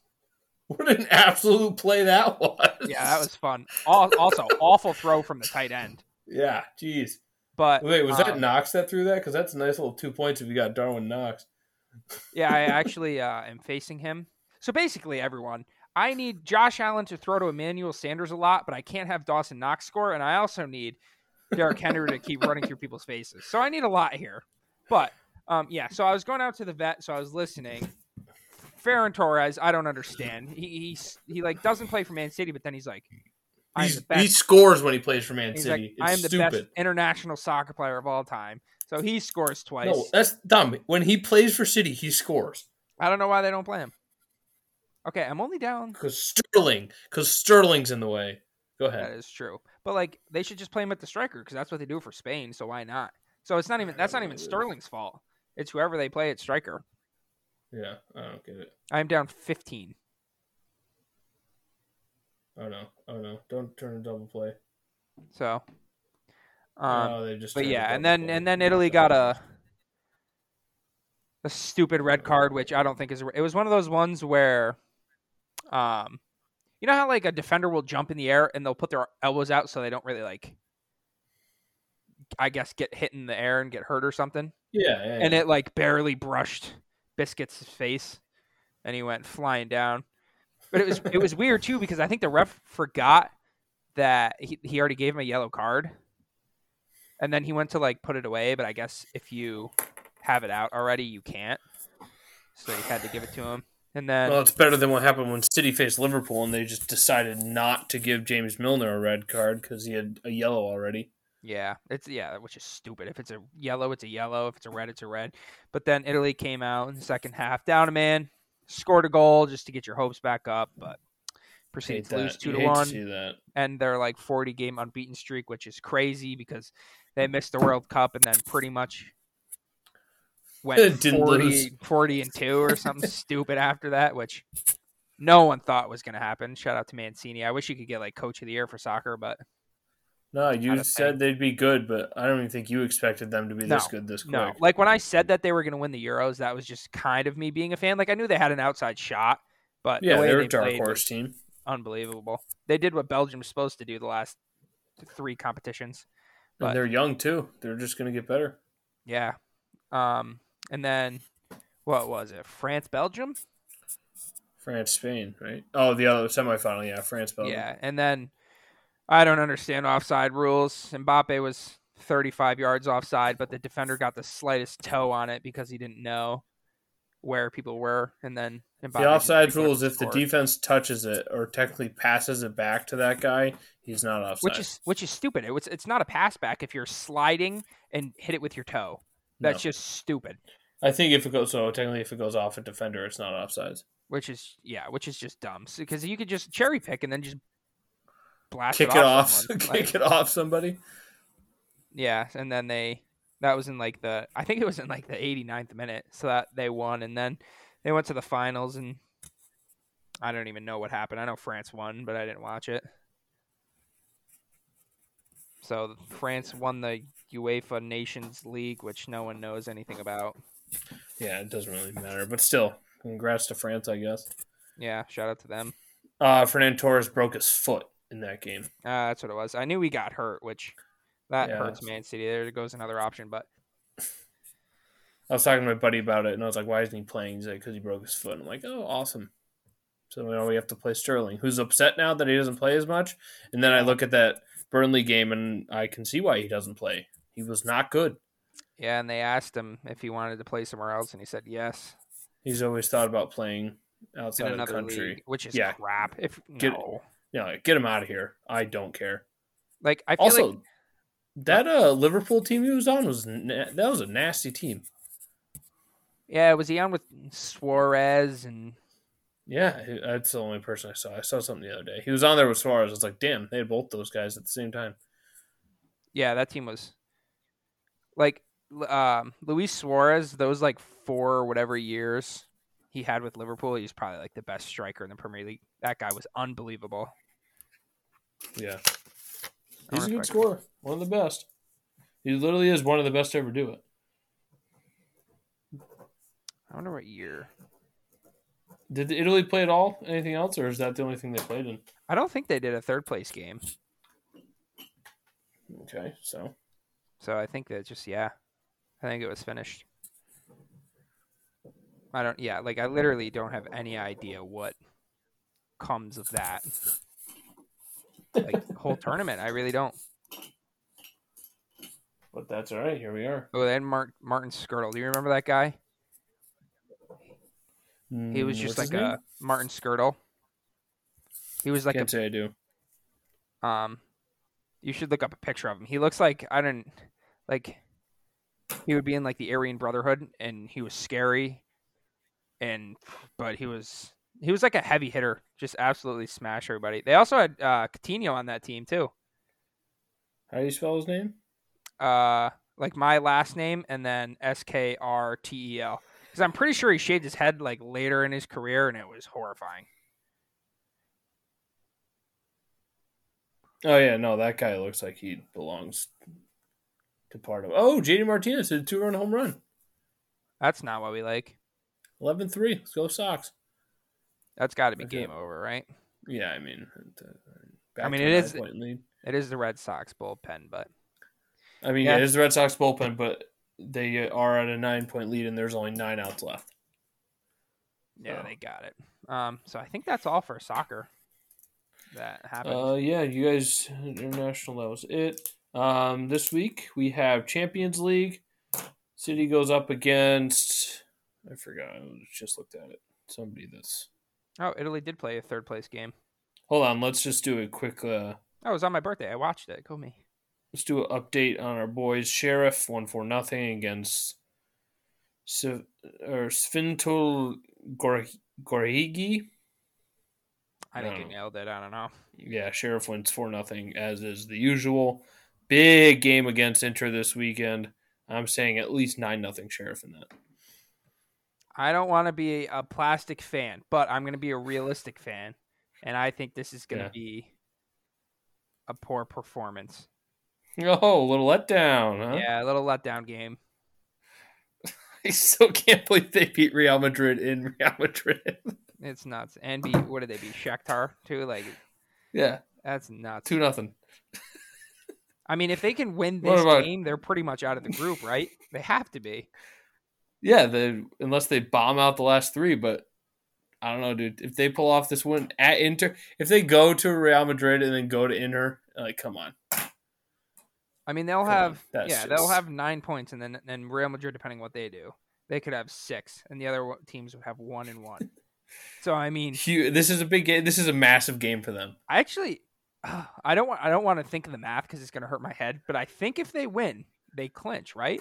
[SPEAKER 1] What an absolute play that was!
[SPEAKER 2] Yeah, that was fun. Al- Also, awful throw from the tight end.
[SPEAKER 1] Yeah, jeez.
[SPEAKER 2] But
[SPEAKER 1] Wait, was that
[SPEAKER 2] um,
[SPEAKER 1] Knox that threw that? Because that's a nice little two points if you got Darwin Knox.
[SPEAKER 2] Yeah, I actually uh, am facing him. So basically, everyone, I need Josh Allen to throw to Emmanuel Sanders a lot, but I can't have Dawson Knox score, and I also need Derrick Henry to keep running through people's faces. So I need a lot here. But um, yeah, so I was going out to the vet, so I was listening. Ferran Torres, I don't understand. He he's, he like doesn't play for Man City, but then he's like, I'm
[SPEAKER 1] He's,
[SPEAKER 2] the best
[SPEAKER 1] He scores when he plays for Man
[SPEAKER 2] He's
[SPEAKER 1] City.
[SPEAKER 2] like,
[SPEAKER 1] it's
[SPEAKER 2] I am the
[SPEAKER 1] stupid.
[SPEAKER 2] best international soccer player of all time. So he scores twice.
[SPEAKER 1] No, that's dumb. When he plays for City, he scores
[SPEAKER 2] I don't know why they don't play him. Okay, I'm only down.
[SPEAKER 1] because Sterling, because Sterling's in the way. Go
[SPEAKER 2] That
[SPEAKER 1] ahead.
[SPEAKER 2] is true. But like they should just play him at the striker because that's what they do for Spain. So why not? So it's not even that's not even Sterling's fault. It's whoever they play at striker.
[SPEAKER 1] Yeah, I don't get it.
[SPEAKER 2] I'm down 15.
[SPEAKER 1] Oh no, oh no! Don't turn a double play.
[SPEAKER 2] So, um,
[SPEAKER 1] oh, they just.
[SPEAKER 2] but
[SPEAKER 1] turned a
[SPEAKER 2] yeah, and
[SPEAKER 1] double
[SPEAKER 2] then
[SPEAKER 1] play.
[SPEAKER 2] and then Italy got a a stupid red card, which I don't think is. It was one of those ones where, um, you know how like a defender will jump in the air and they'll put their elbows out so they don't really like, I guess, get hit in the air and get hurt or something.
[SPEAKER 1] Yeah, yeah,
[SPEAKER 2] And it like barely brushed Biscuit's face, and he went flying down. But it was it was weird too because I think the ref forgot that he, he already gave him a yellow card, and then he went to like put it away. But I guess if you have it out already, you can't. So he had to give it to him, and then
[SPEAKER 1] Well, it's better than what happened when City faced Liverpool, and they just decided not to give James Milner a red card because he had a yellow already.
[SPEAKER 2] Yeah, it's yeah, which is stupid. If it's a yellow, it's a yellow. If it's a red, it's a red. But then Italy came out in the second half, down a man, scored a goal just to get your hopes back up, but proceeded
[SPEAKER 1] Hate
[SPEAKER 2] to lose
[SPEAKER 1] that.
[SPEAKER 2] two
[SPEAKER 1] You
[SPEAKER 2] to
[SPEAKER 1] hate
[SPEAKER 2] one,
[SPEAKER 1] see that.
[SPEAKER 2] and they're like forty game unbeaten streak, which is crazy because they missed the World Cup and then pretty much went
[SPEAKER 1] Didn't
[SPEAKER 2] 40,
[SPEAKER 1] lose.
[SPEAKER 2] 40 and two or something stupid after that, which no one thought was going to happen. Shout out to Mancini. I wish he could get like Coach of the Year for soccer, but
[SPEAKER 1] No,
[SPEAKER 2] Not a
[SPEAKER 1] you said they'd be good, but I don't even think you expected them to be this
[SPEAKER 2] No,
[SPEAKER 1] good this quick.
[SPEAKER 2] No, like when I said that they were going to win the Euros, that was just kind of me being a fan. Like I knew they had an outside shot, but the
[SPEAKER 1] yeah,
[SPEAKER 2] way
[SPEAKER 1] they're
[SPEAKER 2] they
[SPEAKER 1] a dark
[SPEAKER 2] played was
[SPEAKER 1] horse team.
[SPEAKER 2] unbelievable. They did what Belgium was supposed to do the last three competitions. but-
[SPEAKER 1] and they're young too. They're just going to get better.
[SPEAKER 2] Yeah, um, and then what was it? France, Belgium.
[SPEAKER 1] France, Spain, right? Oh, the other semifinal, yeah, France, Belgium.
[SPEAKER 2] Yeah, and then I don't understand offside rules. Mbappe was 35 yards offside, but the defender got the slightest toe on it because he didn't know where people were, and then Mbappe
[SPEAKER 1] The
[SPEAKER 2] just
[SPEAKER 1] offside
[SPEAKER 2] picked it up
[SPEAKER 1] rule is
[SPEAKER 2] and
[SPEAKER 1] if the
[SPEAKER 2] scored.
[SPEAKER 1] defense touches it or technically passes it back to that guy, he's not offside.
[SPEAKER 2] which is which is stupid. It was it's not a pass back if you're sliding and hit it with your toe. That's just stupid.
[SPEAKER 1] I think if it goes so technically if it goes off a defender, it's not offsides.
[SPEAKER 2] Which is yeah, which is just dumb because you could just cherry pick and then just blast
[SPEAKER 1] Kick
[SPEAKER 2] it
[SPEAKER 1] it off,
[SPEAKER 2] someone. Like,
[SPEAKER 1] kick it off somebody.
[SPEAKER 2] yeah, and then they that was in like the I think it was in like the 89th minute, so that they won, and then they went to the finals, and I don't even know what happened. I know France won, but I didn't watch it. So France won the UEFA Nations League, which no one knows anything about.
[SPEAKER 1] Yeah, it doesn't really matter, but still, congrats to France, I guess.
[SPEAKER 2] Yeah, shout out to them.
[SPEAKER 1] Uh, Fernand Torres broke his foot in that game.
[SPEAKER 2] Uh, that's what it was. I knew we got hurt, which that
[SPEAKER 1] Yeah.
[SPEAKER 2] hurts Man City. There goes another option, but
[SPEAKER 1] I was talking to my buddy about it, and I was like, "Why isn't he playing?" He's like, "Because he broke his foot." I'm like, "Oh, awesome." So now we have to play Sterling, who's upset now that he doesn't play as much. And then I look at that Burnley game, and I can see why he doesn't play. He was not good.
[SPEAKER 2] yeah, and they asked him if he wanted to play somewhere else, and he said yes
[SPEAKER 1] He's always thought about playing
[SPEAKER 2] in
[SPEAKER 1] outside of the
[SPEAKER 2] another
[SPEAKER 1] country.
[SPEAKER 2] league, which is
[SPEAKER 1] Yeah.
[SPEAKER 2] crap. If
[SPEAKER 1] Get-
[SPEAKER 2] no,
[SPEAKER 1] Yeah, like, get him out of here. I don't care.
[SPEAKER 2] like I feel
[SPEAKER 1] Also,
[SPEAKER 2] like
[SPEAKER 1] that uh, Liverpool team he was on was na- that was a nasty team.
[SPEAKER 2] yeah, was he on with Suarez and
[SPEAKER 1] Yeah, he- that's the only person I saw. I saw something the other day. He was on there with Suarez. I was like, "Damn, they had both those guys at the same time."
[SPEAKER 2] yeah, that team was like l- um, Luis Suarez, those like four or whatever years he had with Liverpool, he was probably like the best striker in the Premier League. That guy was unbelievable.
[SPEAKER 1] Yeah.
[SPEAKER 2] I
[SPEAKER 1] He's a good
[SPEAKER 2] wonder if I can-
[SPEAKER 1] scorer. One of the best. He literally is one of the best to ever do it.
[SPEAKER 2] I wonder what year.
[SPEAKER 1] Did Italy play at all? Anything else, or is that the only thing they played in?
[SPEAKER 2] I don't think they did a third place game.
[SPEAKER 1] Okay, so
[SPEAKER 2] So I think that just yeah, I think it was finished. I don't yeah, like I literally don't have any idea what comes of that. Like the whole tournament, I really don't.
[SPEAKER 1] but that's all right. Here we are.
[SPEAKER 2] Oh, then Martin Martin Skirtle. Do you remember that guy? He was
[SPEAKER 1] Mm, what's
[SPEAKER 2] just like
[SPEAKER 1] his name?
[SPEAKER 2] a Martin Skirtle. He was like
[SPEAKER 1] Can't say I do.
[SPEAKER 2] a um you should look up a picture of him. He looks like I don't like he would be in like the Aryan Brotherhood and he was scary and but he was he was like a heavy hitter, just absolutely smash everybody. They also had uh Coutinho on that team too.
[SPEAKER 1] How do you spell his name?
[SPEAKER 2] Uh like my last name and then S K R T E L. Cuz I'm pretty sure he shaved his head like later in his career and it was horrifying.
[SPEAKER 1] Oh yeah, no, that guy looks like he belongs to part of. Oh, JD Martinez did a two-run home run,
[SPEAKER 2] That's not what we like.
[SPEAKER 1] 11-3. Let's go Sox.
[SPEAKER 2] That's got to be
[SPEAKER 1] I feel-
[SPEAKER 2] game over, right?
[SPEAKER 1] Yeah, I mean, uh, back
[SPEAKER 2] I mean,
[SPEAKER 1] to
[SPEAKER 2] it
[SPEAKER 1] a
[SPEAKER 2] is-
[SPEAKER 1] nine-point lead.
[SPEAKER 2] It is the Red Sox bullpen, but
[SPEAKER 1] I mean,
[SPEAKER 2] Yeah.
[SPEAKER 1] it is the Red Sox bullpen, but they are at a nine-point lead, and there's only nine outs left.
[SPEAKER 2] yeah,
[SPEAKER 1] Oh.
[SPEAKER 2] they got it. Um, so I think that's all for soccer that happened.
[SPEAKER 1] Uh, yeah, you guys, international, that was it. Um, this week we have Champions League. City goes up against. I forgot. I just looked at it. Somebody that's.
[SPEAKER 2] oh, Italy did play a third place game.
[SPEAKER 1] Hold on. Let's just do a quick. Uh,
[SPEAKER 2] Oh, it was on my birthday. I watched it. Go me.
[SPEAKER 1] let's do an update on our boys. Sheriff one for nothing against. Sev- or Svintul Gorhigi.
[SPEAKER 2] I think you
[SPEAKER 1] Oh.
[SPEAKER 2] nailed it. I don't know.
[SPEAKER 1] Yeah, Sheriff wins four nothing as is the usual. Big game against Inter this weekend. I'm saying at least nine nothing Sheriff in that.
[SPEAKER 2] I don't want to be a plastic fan, but I'm going to be a realistic fan, and I think this is going to
[SPEAKER 1] Yeah.
[SPEAKER 2] be a poor performance.
[SPEAKER 1] Oh, a little letdown, huh?
[SPEAKER 2] Yeah, a little letdown game.
[SPEAKER 1] I still can't believe they beat Real Madrid in Real Madrid.
[SPEAKER 2] It's nuts. And be what did they be Shakhtar too? Like
[SPEAKER 1] yeah,
[SPEAKER 2] that's nuts.
[SPEAKER 1] two nothing.
[SPEAKER 2] I mean, if they can win
[SPEAKER 1] What
[SPEAKER 2] this
[SPEAKER 1] about-
[SPEAKER 2] game, they're pretty much out of the group, right? they have to be.
[SPEAKER 1] Yeah, the unless they bomb out the last three, but I don't know, dude. If they pull off this win at Inter, if they go to Real Madrid and then go to Inter, like come on,
[SPEAKER 2] I mean, they'll
[SPEAKER 1] Come on,
[SPEAKER 2] have
[SPEAKER 1] that's
[SPEAKER 2] yeah, they'll
[SPEAKER 1] just-
[SPEAKER 2] have nine points, and then and Real Madrid, depending on what they do, they could have six, and the other wo- teams would have one and one. so I mean,
[SPEAKER 1] Hu- this is a big game. This is a massive game for them.
[SPEAKER 2] I actually, I don't want I don't want to think of the math because it's going to hurt my head. But I think if they win, they clinch, right?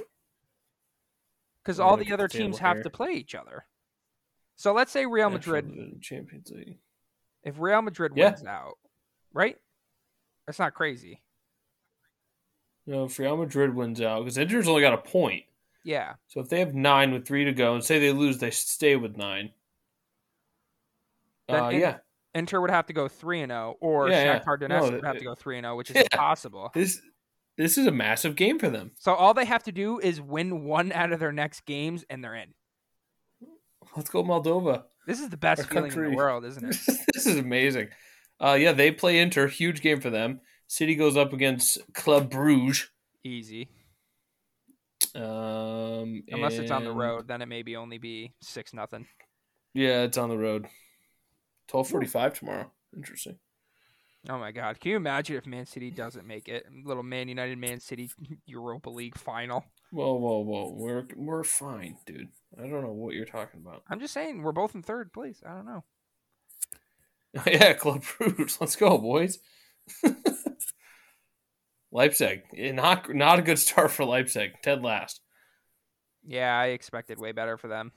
[SPEAKER 2] Because
[SPEAKER 1] Let me
[SPEAKER 2] all
[SPEAKER 1] look
[SPEAKER 2] the
[SPEAKER 1] at the
[SPEAKER 2] other
[SPEAKER 1] table
[SPEAKER 2] teams have
[SPEAKER 1] here.
[SPEAKER 2] to play each other. So let's say Real Madrid,
[SPEAKER 1] Champions League.
[SPEAKER 2] if Real Madrid
[SPEAKER 1] Yeah.
[SPEAKER 2] wins out, right? That's not crazy.
[SPEAKER 1] No, if Real Madrid wins out, because Inter's only got a point.
[SPEAKER 2] Yeah,
[SPEAKER 1] So if they have nine with three to go, and say they lose, they stay with nine.
[SPEAKER 2] Then
[SPEAKER 1] Uh,
[SPEAKER 2] in-
[SPEAKER 1] yeah,
[SPEAKER 2] Inter would have to go three and zero, or
[SPEAKER 1] Yeah, yeah.
[SPEAKER 2] Shakhtar Donetsk
[SPEAKER 1] No,
[SPEAKER 2] would have
[SPEAKER 1] it-
[SPEAKER 2] to go three and zero, which is
[SPEAKER 1] Yeah.
[SPEAKER 2] impossible.
[SPEAKER 1] this this is a massive game for them.
[SPEAKER 2] So all they have to do is win one out of their next games, and they're in.
[SPEAKER 1] Let's go Moldova.
[SPEAKER 2] This is the best
[SPEAKER 1] Our
[SPEAKER 2] feeling in
[SPEAKER 1] country.
[SPEAKER 2] the world, isn't it?
[SPEAKER 1] this is amazing. Uh, yeah, they play Inter, huge game for them. City goes up against Club Bruges.
[SPEAKER 2] Easy,
[SPEAKER 1] Um,
[SPEAKER 2] unless it's on the
[SPEAKER 1] and-
[SPEAKER 2] road, then it maybe only be six nothing.
[SPEAKER 1] Yeah, it's on the road. Twelve forty-five tomorrow. Interesting.
[SPEAKER 2] Oh my God! Can you imagine if Man City doesn't make it? Little Man United, Man City Europa League final.
[SPEAKER 1] Whoa, whoa, whoa. We're we're fine, dude. I don't know what you're talking about.
[SPEAKER 2] I'm just saying we're both in third place. I don't know.
[SPEAKER 1] yeah, Club Bruges. Let's go, boys. Leipzig. Eh, Not not a good start for Leipzig. Ted last.
[SPEAKER 2] Yeah, I expected way better for them,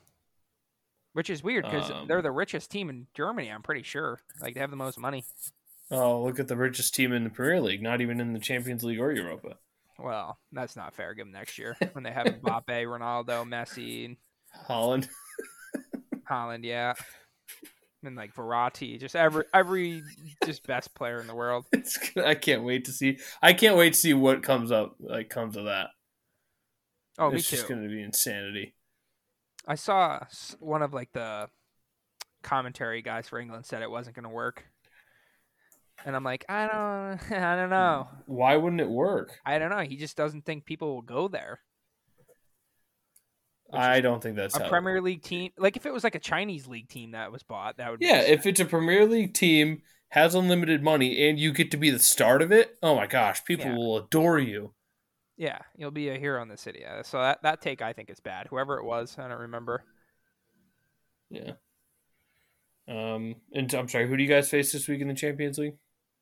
[SPEAKER 2] which is weird because they're
[SPEAKER 1] Um,
[SPEAKER 2] the richest team in Germany. I'm pretty sure. Like they have the most money.
[SPEAKER 1] Oh, look at the richest team in the Premier League, not even in the Champions League or Europa.
[SPEAKER 2] Well, that's not fair. Give them next year when they have Mbappe, Ronaldo, Messi, and
[SPEAKER 1] Holland.
[SPEAKER 2] Holland. Yeah, and like Verratti, just every every just best player in the world.
[SPEAKER 1] It's, gonna- I can't wait to see. I can't wait to see what comes up. Like comes of that.
[SPEAKER 2] Oh,
[SPEAKER 1] it's
[SPEAKER 2] me too.
[SPEAKER 1] just going to be insanity.
[SPEAKER 2] I saw s- one of like the commentary guys for England said it wasn't going to work, and I'm like, I don't, I don't know,
[SPEAKER 1] Why wouldn't it work?
[SPEAKER 2] I don't know. He just doesn't think people will go there. Which
[SPEAKER 1] I don't think that's
[SPEAKER 2] A
[SPEAKER 1] how. it
[SPEAKER 2] Premier League team, like if it was like a Chinese league team that was bought, that would make
[SPEAKER 1] Yeah,
[SPEAKER 2] sense.
[SPEAKER 1] if it's a Premier League team, has unlimited money, and you get to be the start of it, oh my gosh, people
[SPEAKER 2] Yeah.
[SPEAKER 1] will adore you.
[SPEAKER 2] Yeah, you'll be a hero in the city. Yeah, so that, that take I think is bad. Whoever it was, I don't remember.
[SPEAKER 1] Yeah. Um, and I'm sorry, who do you guys face this week in the Champions League?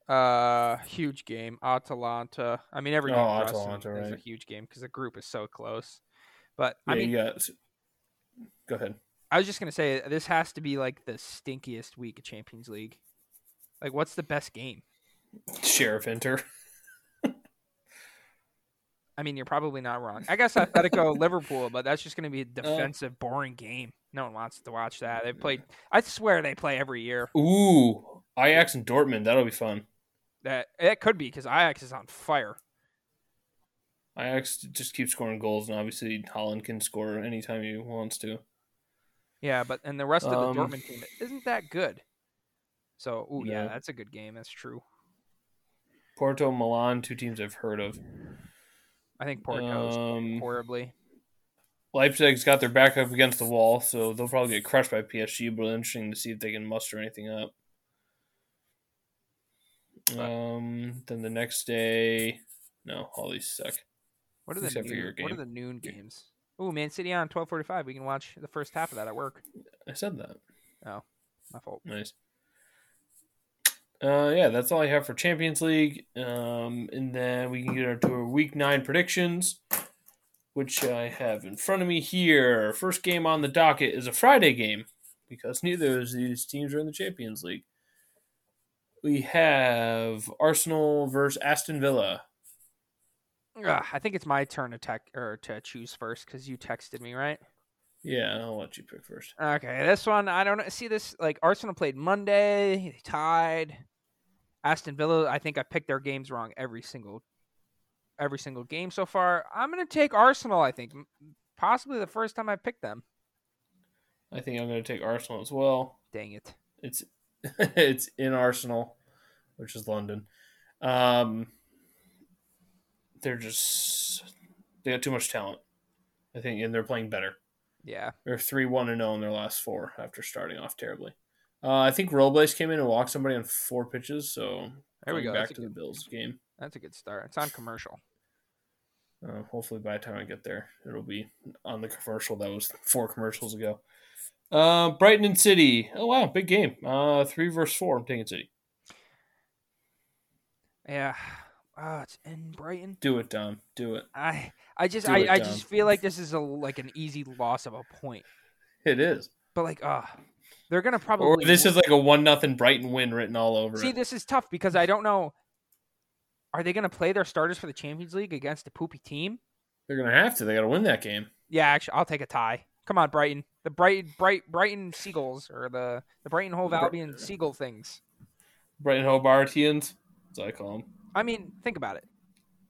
[SPEAKER 2] Uh, huge game, Atalanta. I mean, every
[SPEAKER 1] Oh,
[SPEAKER 2] game for us is-
[SPEAKER 1] Atalanta,
[SPEAKER 2] is a
[SPEAKER 1] right.
[SPEAKER 2] huge game because the group is so close. But
[SPEAKER 1] Yeah,
[SPEAKER 2] I mean,
[SPEAKER 1] you got. Go ahead.
[SPEAKER 2] I was just gonna say this has to be like the stinkiest week of Champions League. Like, what's the best game?
[SPEAKER 1] Sheriff Inter.
[SPEAKER 2] I mean, you're probably not wrong. I guess Atletico Liverpool, but that's just gonna
[SPEAKER 1] Uh.
[SPEAKER 2] be a defensive, boring game. No one wants to watch that. They played. I swear they play every year.
[SPEAKER 1] Ooh, Ajax and Dortmund. That'll be fun.
[SPEAKER 2] That it could be because Ajax is on fire.
[SPEAKER 1] Ajax just keeps scoring goals, and obviously Holland can score anytime he wants to.
[SPEAKER 2] Yeah, but and the rest of the
[SPEAKER 1] Um,
[SPEAKER 2] Dortmund team isn't that good. So, ooh, yeah,
[SPEAKER 1] No.
[SPEAKER 2] that's a good game. That's true.
[SPEAKER 1] Porto, Milan, two teams I've heard of.
[SPEAKER 2] I think Porto is
[SPEAKER 1] Um,
[SPEAKER 2] horribly.
[SPEAKER 1] Leipzig's got their back up against the wall, so they'll probably get crushed by PSG. But it'll be interesting to see if they can muster anything up. Um. Then the next day, no, all these suck.
[SPEAKER 2] What are the
[SPEAKER 1] except for your
[SPEAKER 2] noon, what are
[SPEAKER 1] game.
[SPEAKER 2] the noon games? Ooh, Man City on twelve forty five. We can watch the first half of that at work.
[SPEAKER 1] I said that.
[SPEAKER 2] My fault.
[SPEAKER 1] Nice. Uh, yeah, that's all I have for Champions League. Um, and then we can get into our Week Nine predictions, which I have in front of me here. First game on the docket is a Friday game because neither of these teams are in the Champions League. We have Arsenal versus Aston Villa.
[SPEAKER 2] Ugh, I think it's my turn to tech or to choose first because you texted me, right?
[SPEAKER 1] Yeah, I'll let you pick first.
[SPEAKER 2] Okay, this one I don't know. see this. Like Arsenal played Monday, they tied. Aston Villa, I think I picked their games wrong every single, every single game so far. I'm gonna take Arsenal. I think M- possibly the first time I picked them.
[SPEAKER 1] I think I'm going to take Arsenal as well.
[SPEAKER 2] Dang it!
[SPEAKER 1] It's it's in Arsenal, which is London. Um, they're just they got too much talent, I think, and they're playing better.
[SPEAKER 2] Yeah,
[SPEAKER 1] They're three one and zero in their last four after starting off terribly. Uh, I think Robles came in and walked somebody on four pitches, so
[SPEAKER 2] there we
[SPEAKER 1] going
[SPEAKER 2] go.
[SPEAKER 1] back
[SPEAKER 2] That's a,
[SPEAKER 1] to the
[SPEAKER 2] good,
[SPEAKER 1] Bills game.
[SPEAKER 2] that's a good start. It's on commercial.
[SPEAKER 1] Uh, hopefully, by the time I get there, it'll be on the commercial that was four commercials ago. Uh, Brighton and City. Oh wow, big game. Uh, three versus four. I'm taking City.
[SPEAKER 2] Yeah, oh, it's in Brighton.
[SPEAKER 1] Do it, Dom. Do it.
[SPEAKER 2] I I just
[SPEAKER 1] Do
[SPEAKER 2] I,
[SPEAKER 1] it,
[SPEAKER 2] I
[SPEAKER 1] Dom.
[SPEAKER 2] just feel like this is a like an easy loss of a point.
[SPEAKER 1] It is.
[SPEAKER 2] But like, uh they're gonna probably.
[SPEAKER 1] Or this is like a one nothing Brighton win written all over
[SPEAKER 2] see,
[SPEAKER 1] it.
[SPEAKER 2] this is tough because I don't know. Are they gonna play their starters for the Champions League against a poopy team?
[SPEAKER 1] They're gonna have to. They got to win that game.
[SPEAKER 2] Yeah, actually, I'll take a tie. Come on, Brighton. The bright, bright, Brighton Seagulls or the the Brighton Hove
[SPEAKER 1] Bri-
[SPEAKER 2] Albion Seagull things.
[SPEAKER 1] Brighton Hobartians, as I call
[SPEAKER 2] I mean, think about it.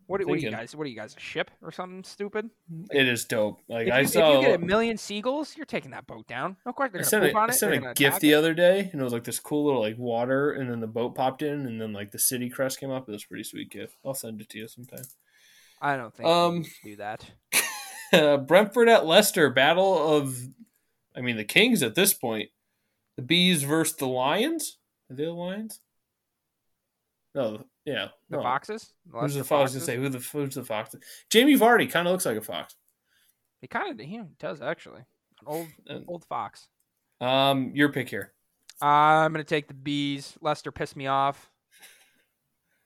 [SPEAKER 2] What, do- what do you
[SPEAKER 1] Thinking.
[SPEAKER 2] guys? What are you guys? A ship or something stupid?
[SPEAKER 1] them. It is dope. Like
[SPEAKER 2] if, you,
[SPEAKER 1] I
[SPEAKER 2] if you
[SPEAKER 1] saw,
[SPEAKER 2] get a million seagulls, you're taking that boat down. No question.
[SPEAKER 1] I
[SPEAKER 2] They're
[SPEAKER 1] sent
[SPEAKER 2] gonna poop
[SPEAKER 1] a,
[SPEAKER 2] on
[SPEAKER 1] I
[SPEAKER 2] it.
[SPEAKER 1] sent
[SPEAKER 2] they're
[SPEAKER 1] a
[SPEAKER 2] gonna
[SPEAKER 1] gift
[SPEAKER 2] attack
[SPEAKER 1] the
[SPEAKER 2] it.
[SPEAKER 1] other day, and it was like this cool little like water, and then the boat popped in, and then like the city crest came up. It was a pretty sweet gift. I'll send it to you sometime.
[SPEAKER 2] I don't think
[SPEAKER 1] Um,
[SPEAKER 2] um do that.
[SPEAKER 1] Uh, Brentford at Leicester, battle of, I mean the Kings at this point, the Bees versus the Lions. Are they the Lions? No, yeah,
[SPEAKER 2] The
[SPEAKER 1] no.
[SPEAKER 2] foxes.
[SPEAKER 1] Who's
[SPEAKER 2] Leicester
[SPEAKER 1] the fox? I was gonna
[SPEAKER 2] foxes?
[SPEAKER 1] say who the who's the fox? Jamie Vardy kind of looks like a fox.
[SPEAKER 2] He kind of he does actually. An old
[SPEAKER 1] And-
[SPEAKER 2] old fox.
[SPEAKER 1] Um, your pick here.
[SPEAKER 2] I'm gonna take the bees. Lester pissed me off,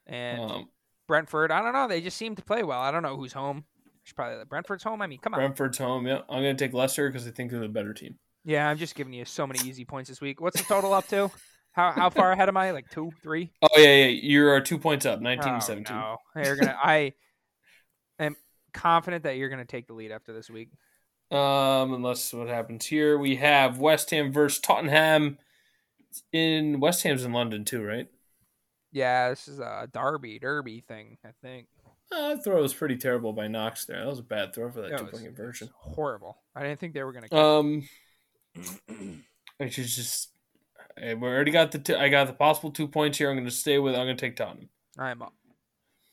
[SPEAKER 2] and
[SPEAKER 1] Um,
[SPEAKER 2] Brentford. I don't know. They just seem to play well. I don't know who's home. Should probably Brentford's home. I mean, come on.
[SPEAKER 1] Brentford's home. Yeah, I'm gonna take Leicester because I think they're the better team.
[SPEAKER 2] yeah, I'm just giving you so many easy points this week. What's the total up to? How how far ahead am I? Like two, three?
[SPEAKER 1] Oh yeah, yeah. You are two points up, 19
[SPEAKER 2] Oh,
[SPEAKER 1] 17.
[SPEAKER 2] no. They're gonna. I am confident that you're going to take the lead after this week.
[SPEAKER 1] Um, unless what happens here, we have West Ham versus Tottenham. It's In West Ham's in London too, right?
[SPEAKER 2] Yeah, this is a derby, derby thing, I think.
[SPEAKER 1] Uh, that throw was pretty terrible by Knox there. That was a bad throw for that
[SPEAKER 2] Yeah, it
[SPEAKER 1] two
[SPEAKER 2] was-
[SPEAKER 1] point conversion.
[SPEAKER 2] Horrible. I didn't think they were going to.
[SPEAKER 1] Um, I should just. I we already got the. T- I got the possible two points here. I'm going to stay with. I'm going to take Tottenham.
[SPEAKER 2] I'm,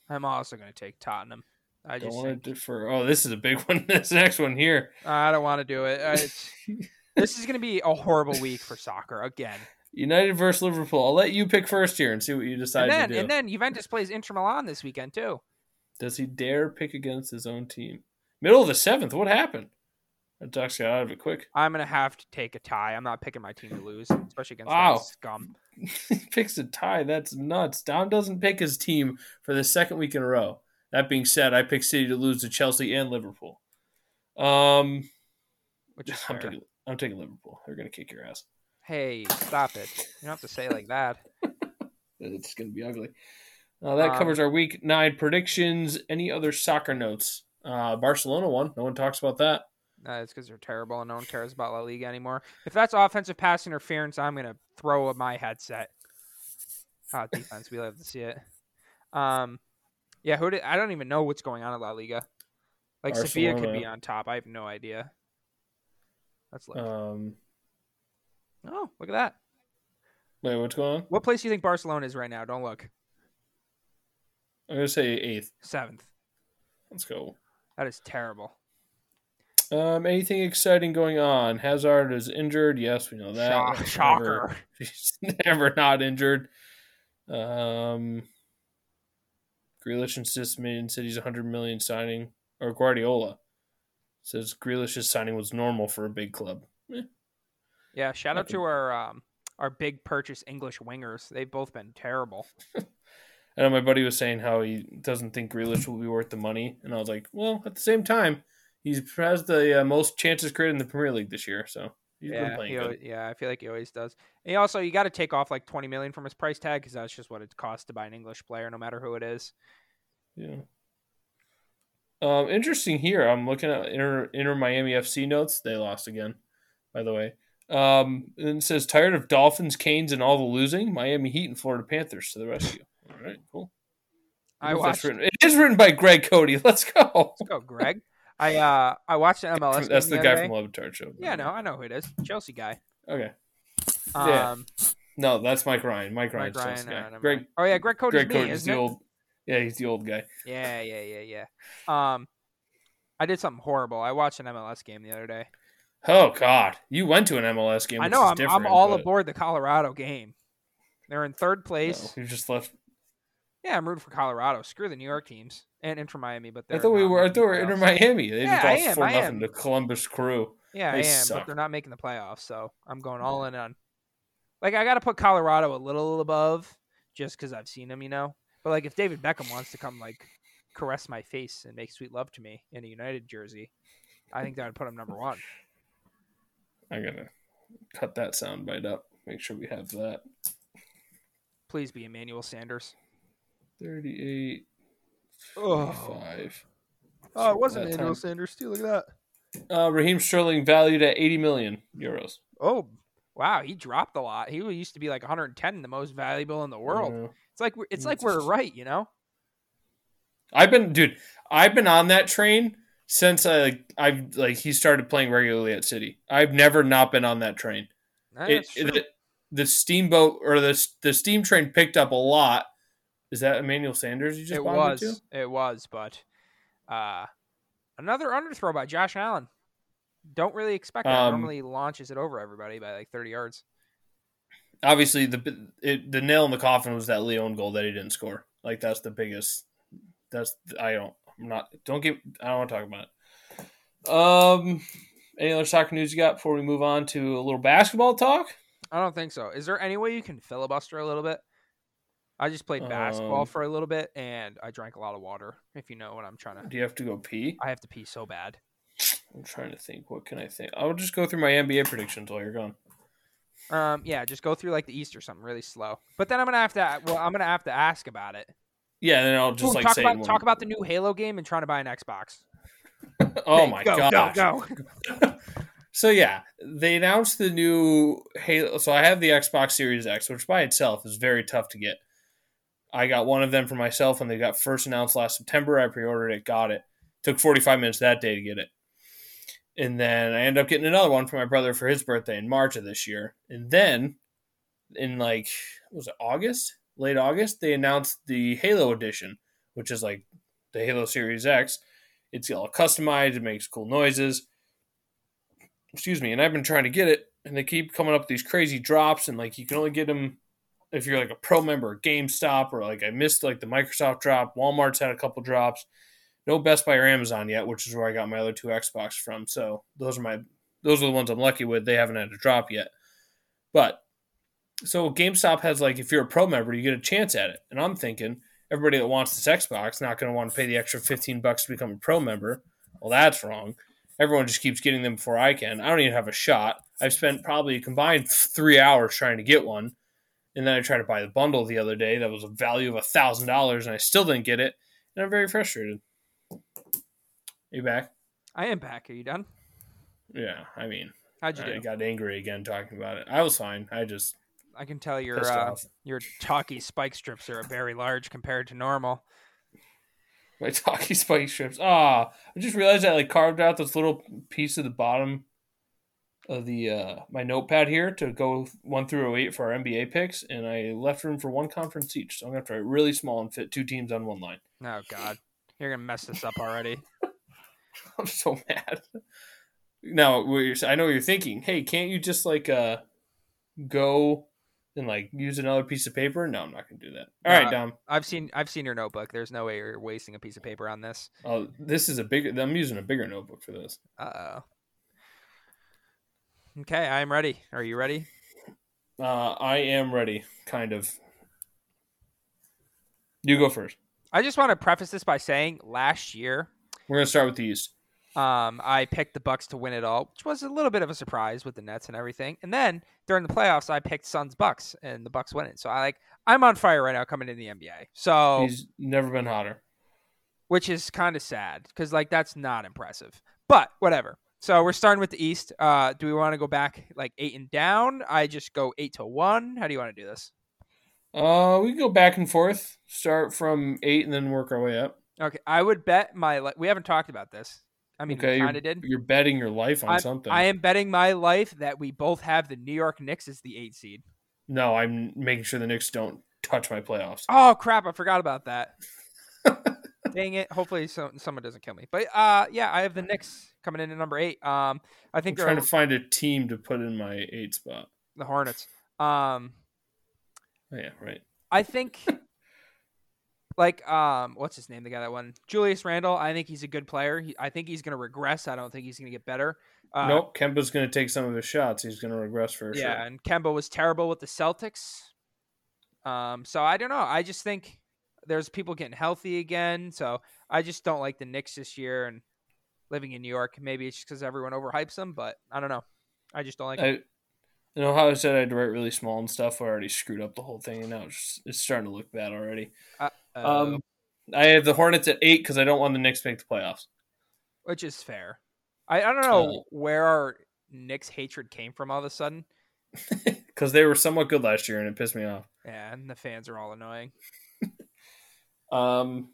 [SPEAKER 2] I'm also going to take Tottenham. I
[SPEAKER 1] Don't
[SPEAKER 2] just
[SPEAKER 1] want
[SPEAKER 2] think,
[SPEAKER 1] to defer. Oh, this is a big one. this next one here.
[SPEAKER 2] I don't want to do it. I, it's- this is going to be a horrible week for soccer again.
[SPEAKER 1] United versus Liverpool. I'll let you pick first here and see what you decide
[SPEAKER 2] And then
[SPEAKER 1] to do.
[SPEAKER 2] and then Juventus plays Inter Milan this weekend too.
[SPEAKER 1] Does he dare pick against his own team? Middle of the seventh. What happened? That Ducks got out of it quick.
[SPEAKER 2] I'm going to have to take a tie. I'm not picking my team to lose, especially against
[SPEAKER 1] Wow.
[SPEAKER 2] that scum.
[SPEAKER 1] he picks a tie. That's nuts. Don doesn't pick his team for the second week in a row. That being said, I picked City to lose to Chelsea and Liverpool. Um,
[SPEAKER 2] Which is
[SPEAKER 1] I'm
[SPEAKER 2] fair.
[SPEAKER 1] taking, I'm taking Liverpool. They're going to kick your ass.
[SPEAKER 2] Hey, stop it. You don't have to say it like that.
[SPEAKER 1] It's going to be ugly. Uh, that
[SPEAKER 2] Um,
[SPEAKER 1] covers our week nine predictions. Any other soccer notes? Uh, Barcelona won. No one talks about that.
[SPEAKER 2] Uh, it's because they're terrible and no one cares about La Liga anymore. If that's offensive pass interference, I'm gonna throw my headset. Ah, defense, we'll have to see it. Um, yeah, who did? I don't even know what's going on at La Liga. Like Sevilla could be
[SPEAKER 1] Barcelona.
[SPEAKER 2] on top. I have no idea. Let's look.
[SPEAKER 1] Um,
[SPEAKER 2] oh, look at that.
[SPEAKER 1] wait, what's going on?
[SPEAKER 2] What place do you think Barcelona is right now? Don't look.
[SPEAKER 1] I'm going to say eighth.
[SPEAKER 2] Seventh.
[SPEAKER 1] Let's go.
[SPEAKER 2] That is terrible.
[SPEAKER 1] Um, anything exciting going on? Hazard is injured. Yes, we know that.
[SPEAKER 2] Shock,
[SPEAKER 1] That's never-
[SPEAKER 2] shocker.
[SPEAKER 1] He's never not injured. Um, Grealish insists Man City's 100 million signing, or Guardiola says Grealish's signing was normal for a big club.
[SPEAKER 2] Yeah, shout out
[SPEAKER 1] Okay.
[SPEAKER 2] to our um, our big purchase English wingers. They've both been terrible.
[SPEAKER 1] I know my buddy was saying how he doesn't think Grealish will be worth the money, and I was like, well, at the same time, he's has the uh, most chances created in the Premier League this year, so he's been
[SPEAKER 2] yeah,
[SPEAKER 1] playing
[SPEAKER 2] he
[SPEAKER 1] good.
[SPEAKER 2] alwa- yeah, I feel like he always does. And also, you got to take off like twenty million from his price tag because that's just what it costs to buy an English player, no matter who it is.
[SPEAKER 1] Yeah. Um, interesting here. I'm looking at inner inner Miami FC notes. They lost again, by the way. Um, and it says tired of Dolphins, Canes, and all the losing. Miami Heat and Florida Panthers to the rescue. All right, cool.
[SPEAKER 2] I
[SPEAKER 1] That's
[SPEAKER 2] watched. Oh,
[SPEAKER 1] written- it is written by Greg Cody. Let's go.
[SPEAKER 2] Let's go, Greg. I uh, I watched an MLS.
[SPEAKER 1] That's
[SPEAKER 2] game
[SPEAKER 1] the
[SPEAKER 2] other
[SPEAKER 1] guy from
[SPEAKER 2] day.
[SPEAKER 1] Love Tart Show.
[SPEAKER 2] Yeah, no, I know who it is. Chelsea guy.
[SPEAKER 1] Okay.
[SPEAKER 2] Um,
[SPEAKER 1] Yeah, No, that's Mike Ryan. Mike
[SPEAKER 2] Mike
[SPEAKER 1] Ryan's
[SPEAKER 2] Ryan.
[SPEAKER 1] Ryan's
[SPEAKER 2] uh,
[SPEAKER 1] guy.
[SPEAKER 2] never
[SPEAKER 1] Greg
[SPEAKER 2] mind. Oh yeah, Greg Cody's
[SPEAKER 1] Greg
[SPEAKER 2] me,
[SPEAKER 1] Cody's
[SPEAKER 2] isn't
[SPEAKER 1] the
[SPEAKER 2] it?
[SPEAKER 1] old yeah, he's the old guy.
[SPEAKER 2] Yeah, yeah, yeah, yeah. Um, I did something horrible. I watched an MLS game the other day.
[SPEAKER 1] Oh God. You went to an MLS game.
[SPEAKER 2] I
[SPEAKER 1] which
[SPEAKER 2] know.
[SPEAKER 1] is
[SPEAKER 2] I'm I'm
[SPEAKER 1] different,
[SPEAKER 2] all
[SPEAKER 1] but-
[SPEAKER 2] aboard the Colorado game. They're in third place.
[SPEAKER 1] No, you just left
[SPEAKER 2] Yeah, I'm rooting for Colorado. Screw the New York teams and Inter Miami, but
[SPEAKER 1] I
[SPEAKER 2] they're
[SPEAKER 1] thought we
[SPEAKER 2] not
[SPEAKER 1] were. I
[SPEAKER 2] making
[SPEAKER 1] thought we
[SPEAKER 2] the
[SPEAKER 1] were Inter
[SPEAKER 2] playoffs.
[SPEAKER 1] Miami. They
[SPEAKER 2] Yeah,
[SPEAKER 1] just
[SPEAKER 2] I
[SPEAKER 1] lost
[SPEAKER 2] am,
[SPEAKER 1] four
[SPEAKER 2] I am.
[SPEAKER 1] nothing to Columbus Crew.
[SPEAKER 2] Yeah, I
[SPEAKER 1] They
[SPEAKER 2] am,
[SPEAKER 1] suck.
[SPEAKER 2] but they're not making the playoffs. So I'm going all in on. Like I got to put Colorado a little above, just because I've seen them, you know. But like if David Beckham wants to come like caress my face and make sweet love to me in a United jersey, I think that would put him number one.
[SPEAKER 1] I'm gonna cut that sound bite up. Make sure we have that.
[SPEAKER 2] Please be Emmanuel Sanders.
[SPEAKER 1] Thirty-eight,
[SPEAKER 2] Oh,
[SPEAKER 1] five.
[SPEAKER 2] oh it wasn't
[SPEAKER 1] That
[SPEAKER 2] Emmanuel
[SPEAKER 1] time.
[SPEAKER 2] Sanders too. Look at that.
[SPEAKER 1] Uh, Raheem Sterling valued at eighty million euros.
[SPEAKER 2] Oh, wow, he dropped a lot. He used to be like 110, the most valuable in the world.
[SPEAKER 1] Yeah.
[SPEAKER 2] It's like we're, it's like
[SPEAKER 1] Mm.
[SPEAKER 2] we're right, you know.
[SPEAKER 1] I've been, dude. I've been on that train since I like. I've like he started playing regularly at City. I've never not been on that train.
[SPEAKER 2] Nah,
[SPEAKER 1] it,
[SPEAKER 2] that's true.
[SPEAKER 1] the, the steamboat or the the steam train picked up a lot. Is that Emmanuel Sanders? You just
[SPEAKER 2] It
[SPEAKER 1] bombed
[SPEAKER 2] was,
[SPEAKER 1] into?
[SPEAKER 2] it was, but uh, another underthrow by Josh Allen. Don't really expect that.
[SPEAKER 1] Um,
[SPEAKER 2] Normally launches it over everybody by like 30 yards.
[SPEAKER 1] obviously the it, the nail in the coffin was that Leon goal that he didn't score. Like that's the biggest. That's I don't I'm not don't get I don't want to talk about it. Um, any other soccer news you got before we move on to a little basketball talk?
[SPEAKER 2] I don't think so. Is there any way you can filibuster a little bit? I just played basketball
[SPEAKER 1] Um,
[SPEAKER 2] for a little bit and I drank a lot of water. If you know what I'm trying to,
[SPEAKER 1] Do you have to go pee?
[SPEAKER 2] I have to pee so bad.
[SPEAKER 1] I'm trying to think. What can I think? I'll just go through my NBA predictions while you're gone.
[SPEAKER 2] Um, yeah, just go through like the East or something really slow. But then I'm gonna have to. Well, I'm gonna have to ask about it.
[SPEAKER 1] Yeah, then I'll just
[SPEAKER 2] Ooh,
[SPEAKER 1] like
[SPEAKER 2] talk
[SPEAKER 1] say
[SPEAKER 2] about
[SPEAKER 1] one.
[SPEAKER 2] talk about the new Halo game and trying to buy an Xbox.
[SPEAKER 1] Oh
[SPEAKER 2] Hey,
[SPEAKER 1] my
[SPEAKER 2] go,
[SPEAKER 1] god.
[SPEAKER 2] Go go.
[SPEAKER 1] So yeah, they announced the new Halo. So I have the Xbox Series X, which by itself is very tough to get. I got one of them for myself when they got first announced last September. I pre-ordered it, got it. Took 45 minutes that day to get it. And then I ended up getting another one for my brother for his birthday in March of this year. And then in like what was it August, late August, they announced the Halo edition, which is like the Halo Series X. It's all customized, it makes cool noises excuse me, and I've been trying to get it, and they keep coming up with these crazy drops, and like you can only get them if you're like a pro member of GameStop, or like I missed like the Microsoft drop. Walmart's had a couple drops. No Best Buy or Amazon yet, which is where I got my other two Xbox from. So those are my those are the ones I'm lucky with. They haven't had a drop yet, but so GameStop has like if you're a pro member, you get a chance at it, and I'm thinking. Everybody that wants this Xbox not going to want to pay the extra 15 bucks to become a pro member. Well, that's wrong everyone just keeps getting them before I can. I don't even have a shot. I've spent probably a combined three hours trying to get one. And then I tried to buy the bundle the other day that was a value of a thousand dollars and I still didn't get it. And I'm very frustrated. Are you back?
[SPEAKER 2] I am back. Are you done?
[SPEAKER 1] Yeah, I mean
[SPEAKER 2] How'd you
[SPEAKER 1] I
[SPEAKER 2] do?
[SPEAKER 1] got angry again talking about it. I was fine. I just
[SPEAKER 2] I can tell your
[SPEAKER 1] pissed
[SPEAKER 2] uh,
[SPEAKER 1] off.
[SPEAKER 2] your talkie spike strips are very large compared to normal.
[SPEAKER 1] My talkie spike strips. Ah, I just realized I like carved out this little piece of the bottom of the uh, my notepad here to go one through eight for our NBA picks, and I left room for one conference each. So I'm gonna have to write really small and fit two teams on one line.
[SPEAKER 2] Oh God, you're gonna mess this up already.
[SPEAKER 1] I'm so mad. Now, what you're, I know what you're thinking. Hey, can't you just like uh go and like use another piece of paper? No, I'm not gonna do that. All right,
[SPEAKER 2] Nah.
[SPEAKER 1] Dom.
[SPEAKER 2] I've seen I've seen your notebook. There's no way you're wasting a piece of paper on this.
[SPEAKER 1] Oh, this is a bigger. I'm using a bigger notebook for this.
[SPEAKER 2] Uh oh. Okay, I'm ready. Are you ready?
[SPEAKER 1] Uh, I am ready, kind of. You go first.
[SPEAKER 2] I just want to preface this by saying last year,
[SPEAKER 1] We're gonna start with the East.
[SPEAKER 2] um, I picked the Bucks to win it all, which was a little bit of a surprise with the Nets and everything. And then during the playoffs, I picked Suns Bucks, and the Bucks win it. So I like I'm on fire right now coming into the NBA. So
[SPEAKER 1] He's never been hotter.
[SPEAKER 2] which is kind of sad because like that's not impressive. But whatever. So we're starting with the East. Uh, do we want to go back like eight and down? I just go eight to one. How do you want to do this?
[SPEAKER 1] Uh, we can go back and forth. Start from eight and then work our way up.
[SPEAKER 2] Okay, I would bet my li- we haven't talked about this. I mean,
[SPEAKER 1] okay,
[SPEAKER 2] we
[SPEAKER 1] you're,
[SPEAKER 2] kind of did.
[SPEAKER 1] you're betting your life on
[SPEAKER 2] I'm-
[SPEAKER 1] something.
[SPEAKER 2] I am betting my life that we both have the New York Knicks as the eight seed.
[SPEAKER 1] no, I'm making sure the Knicks don't touch my playoffs.
[SPEAKER 2] Oh crap! I forgot about that. Dang it! Hopefully, so, someone doesn't kill me. But uh, yeah, I have the Knicks coming in at number eight. Um, I
[SPEAKER 1] I'm
[SPEAKER 2] think they're
[SPEAKER 1] trying to find a team to put in my eight spot.
[SPEAKER 2] the Hornets. Um,
[SPEAKER 1] Oh, yeah, right.
[SPEAKER 2] I think like um what's his name the guy that won Julius Randle I think he's a good player he, I think he's going to regress I don't think he's going to get better uh,
[SPEAKER 1] nope, Kemba's gonna take some of his shots. He's gonna regress for
[SPEAKER 2] yeah
[SPEAKER 1] sure.
[SPEAKER 2] and Kemba was terrible with the Celtics um so I don't know I just think there's people getting healthy again so I just don't like the Knicks this year and living in New York maybe it's just because everyone overhypes them but I don't know I just don't like
[SPEAKER 1] I, you know how I said I'd write really small and stuff. I already screwed up the whole thing, and now it's, it's starting to look bad already.
[SPEAKER 2] uh,
[SPEAKER 1] Um, I have the Hornets at eight because I don't want the Knicks to make the playoffs.
[SPEAKER 2] which is fair I, I don't
[SPEAKER 1] uh,
[SPEAKER 2] know where our Knicks hatred came from all of a sudden
[SPEAKER 1] Because they were somewhat good last year, and it pissed me off.
[SPEAKER 2] Yeah, and the fans are all annoying.
[SPEAKER 1] Um,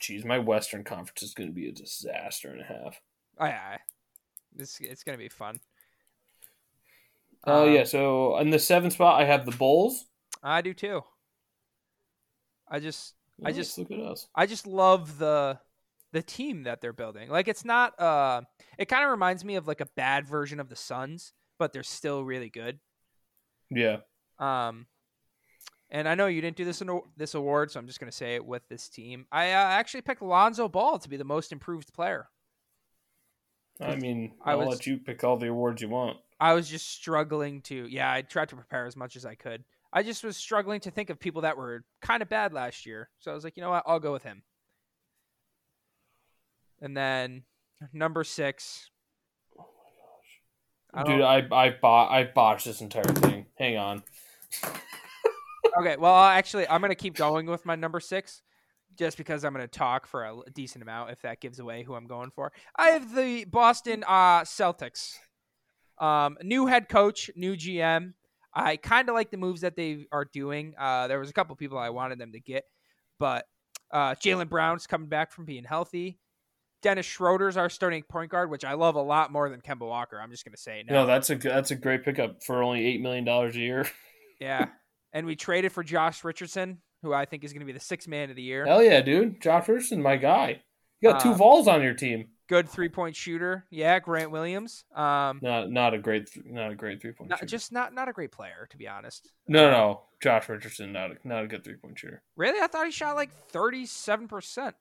[SPEAKER 1] geez, my Western Conference is going to be a disaster and a half.
[SPEAKER 2] Oh, yeah, this it's gonna be fun.
[SPEAKER 1] Oh
[SPEAKER 2] Um,
[SPEAKER 1] yeah, so in the seventh spot, I have the Bulls.
[SPEAKER 2] I do too. I just, I
[SPEAKER 1] Nice,
[SPEAKER 2] just-
[SPEAKER 1] look at us.
[SPEAKER 2] I just love the the team that they're building. Like it's not, uh, it kind of reminds me of like a bad version of the Suns, but they're still really good.
[SPEAKER 1] Yeah,
[SPEAKER 2] Um, and I know you didn't do this in a- this award, so I'm just gonna say it with this team. I uh, actually picked Lonzo Ball to be the most improved player.
[SPEAKER 1] I mean,
[SPEAKER 2] I
[SPEAKER 1] I'll
[SPEAKER 2] was-
[SPEAKER 1] let you pick all the awards you want.
[SPEAKER 2] I was just struggling to. Yeah, I tried to prepare as much as I could. I just was struggling to think of people that were kind of bad last year. So I was like, you know what? I'll go with him. And then number six. I
[SPEAKER 1] Dude,
[SPEAKER 2] don't-
[SPEAKER 1] I I bought I botched this entire thing. Hang on.
[SPEAKER 2] okay, well, I'll actually, I'm going to keep going with my number six. just because I'm going to talk for a decent amount if that gives away who I'm going for. I have the Boston uh, Celtics. Um, new head coach, new GM. I kind of like the moves that they are doing. Uh, there was a couple people I wanted them to get, but uh, Jalen Brown's coming back from being healthy. Dennis Schroeder's our starting point guard, which I love a lot more than Kemba Walker. I'm just going to say it now.
[SPEAKER 1] No, that's a that's a great pickup for only eight million dollars a year.
[SPEAKER 2] yeah. And we traded for Josh Richardson, who I think is going to be the sixth man of the year.
[SPEAKER 1] Hell yeah, dude! Josh Richardson, my guy. You got two
[SPEAKER 2] Um,
[SPEAKER 1] Vols on your team.
[SPEAKER 2] Good three point shooter. Yeah, Grant Williams. Um,
[SPEAKER 1] Not not a great th- not a great three point
[SPEAKER 2] not,
[SPEAKER 1] shooter.
[SPEAKER 2] just not not a great player, to be honest.
[SPEAKER 1] no, no, Josh Richardson, not a, not a good three point shooter.
[SPEAKER 2] Really, I thought he shot like thirty seven percent.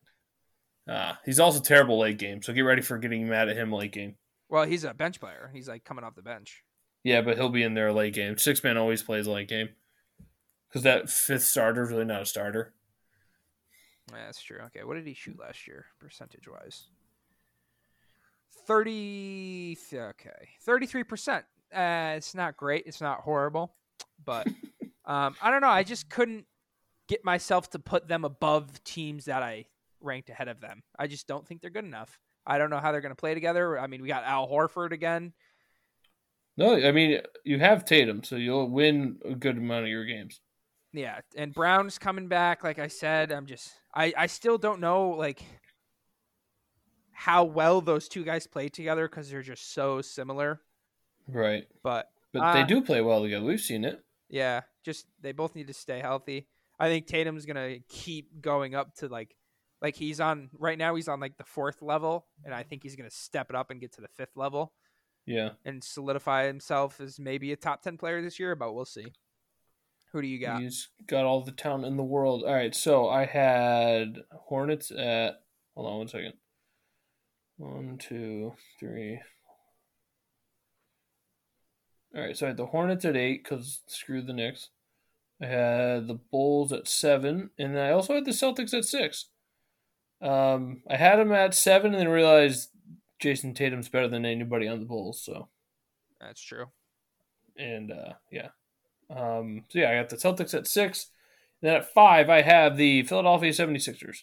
[SPEAKER 1] Uh, he's also terrible late game, so get ready for getting mad at him late game.
[SPEAKER 2] Well, he's a bench player. He's like coming off the bench.
[SPEAKER 1] Yeah, but he'll be in there late game. Six man always plays late game because that fifth starter is really not a starter.
[SPEAKER 2] Yeah, that's true. Okay, what did he shoot last year, percentage wise? Thirty. Okay, thirty-three percent. Uh, it's not great. It's not horrible, but um, I don't know. I just couldn't get myself to put them above teams that I ranked ahead of them. I just don't think they're good enough. I don't know how they're going to play together. I mean, we got Al Horford again.
[SPEAKER 1] No, I mean you have Tatum, so you'll win a good amount of your games.
[SPEAKER 2] Yeah, and Brown's coming back. Like I said, I'm just I I still don't know like how well those two guys play together because they're just so similar.
[SPEAKER 1] Right,
[SPEAKER 2] But
[SPEAKER 1] but
[SPEAKER 2] Uh,
[SPEAKER 1] they do play well together. We've seen it.
[SPEAKER 2] yeah, just they both need to stay healthy. I think Tatum's gonna keep going up to like like he's on right now. He's on like the fourth level, and I think he's gonna step it up and get to the fifth level
[SPEAKER 1] Yeah,
[SPEAKER 2] and solidify himself as maybe a top ten player this year. But we'll see. Who do you got?
[SPEAKER 1] he's got all the talent in the world. All right, so I had Hornets at. Hold on one second. One, two, three. All right, so I had the Hornets at eight because screw the Knicks. I had the Bulls at seven, and I also had the Celtics at six. Um, I had them at seven, and then realized Jason Tatum's better than anybody on the Bulls. So,
[SPEAKER 2] That's true.
[SPEAKER 1] and uh, yeah, um, so yeah, I got the Celtics at six. And then at five, I have the Philadelphia 76ers.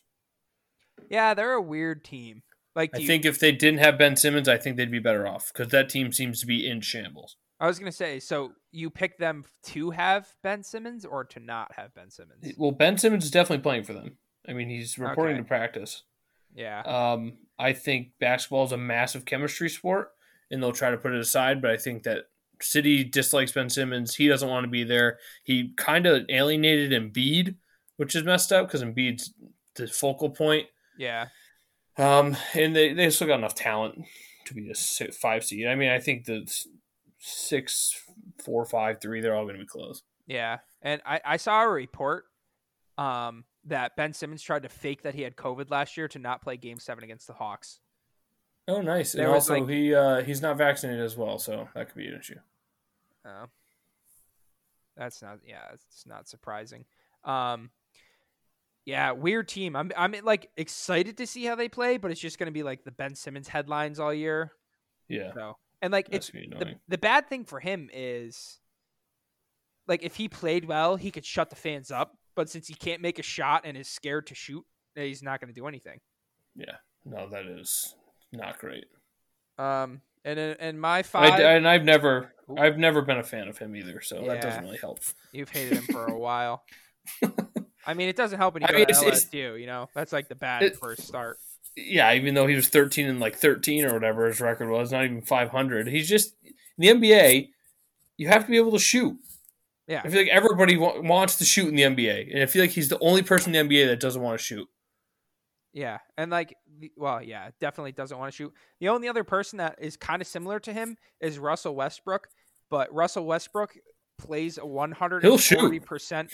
[SPEAKER 2] Yeah, they're a weird team. Like, do
[SPEAKER 1] I
[SPEAKER 2] you,
[SPEAKER 1] think if they didn't have Ben Simmons, I think they'd be better off because that team seems to be in shambles.
[SPEAKER 2] I was gonna say, so you pick them to have Ben Simmons or to not have Ben Simmons?
[SPEAKER 1] Well, Ben Simmons is definitely playing for them. I mean, he's reporting
[SPEAKER 2] Okay.
[SPEAKER 1] to practice.
[SPEAKER 2] Yeah,
[SPEAKER 1] Um, I think basketball is a massive chemistry sport, and they'll try to put it aside. But I think that City dislikes Ben Simmons. He doesn't want to be there. He kind of alienated Embiid, which is messed up because Embiid's the focal point.
[SPEAKER 2] yeah,
[SPEAKER 1] Um, and they they still got enough talent to be a si- five seed. I mean, I think the s- six, four, five, three, they're all going to be close.
[SPEAKER 2] yeah. And I, I saw a report um, that Ben Simmons tried to fake that he had COVID last year to not play Game Seven against the Hawks.
[SPEAKER 1] Oh, nice. And
[SPEAKER 2] There was,
[SPEAKER 1] also,
[SPEAKER 2] like-
[SPEAKER 1] he uh, he's not vaccinated as well, so that could be an issue.
[SPEAKER 2] Oh. That's not yeah, it's not surprising. Um yeah, weird team. I'm I'm like excited to see how they play, but it's just going to be like the Ben Simmons headlines all year.
[SPEAKER 1] Yeah,
[SPEAKER 2] So, and like it's
[SPEAKER 1] that's gonna be
[SPEAKER 2] the,
[SPEAKER 1] annoying.
[SPEAKER 2] the bad thing for him is like if he played well, he could shut the fans up, but since he can't make a shot and is scared to shoot, eh, he's not going to do anything.
[SPEAKER 1] no, that is not great.
[SPEAKER 2] Um and in- and my
[SPEAKER 1] I,
[SPEAKER 2] five
[SPEAKER 1] and I've never I've never been a fan of him either, so
[SPEAKER 2] Yeah.
[SPEAKER 1] that doesn't really help.
[SPEAKER 2] You've hated him for a while. I mean, it doesn't help when you
[SPEAKER 1] I
[SPEAKER 2] go
[SPEAKER 1] mean,
[SPEAKER 2] to
[SPEAKER 1] it's- it's-
[SPEAKER 2] LSU. You know, that's like the bad
[SPEAKER 1] It-
[SPEAKER 2] first start.
[SPEAKER 1] yeah, even though he was 13 and like 13 or whatever his record was, not even 500. He's just in the NBA. You have to be able to shoot.
[SPEAKER 2] Yeah.
[SPEAKER 1] I feel like everybody wa- wants to shoot in the NBA, and I feel like he's the only person in the NBA that doesn't want to shoot.
[SPEAKER 2] Yeah, and like, the- well, yeah, definitely doesn't want to shoot. The only other person that is kind of similar to him is Russell Westbrook, but Russell Westbrook plays 140 percent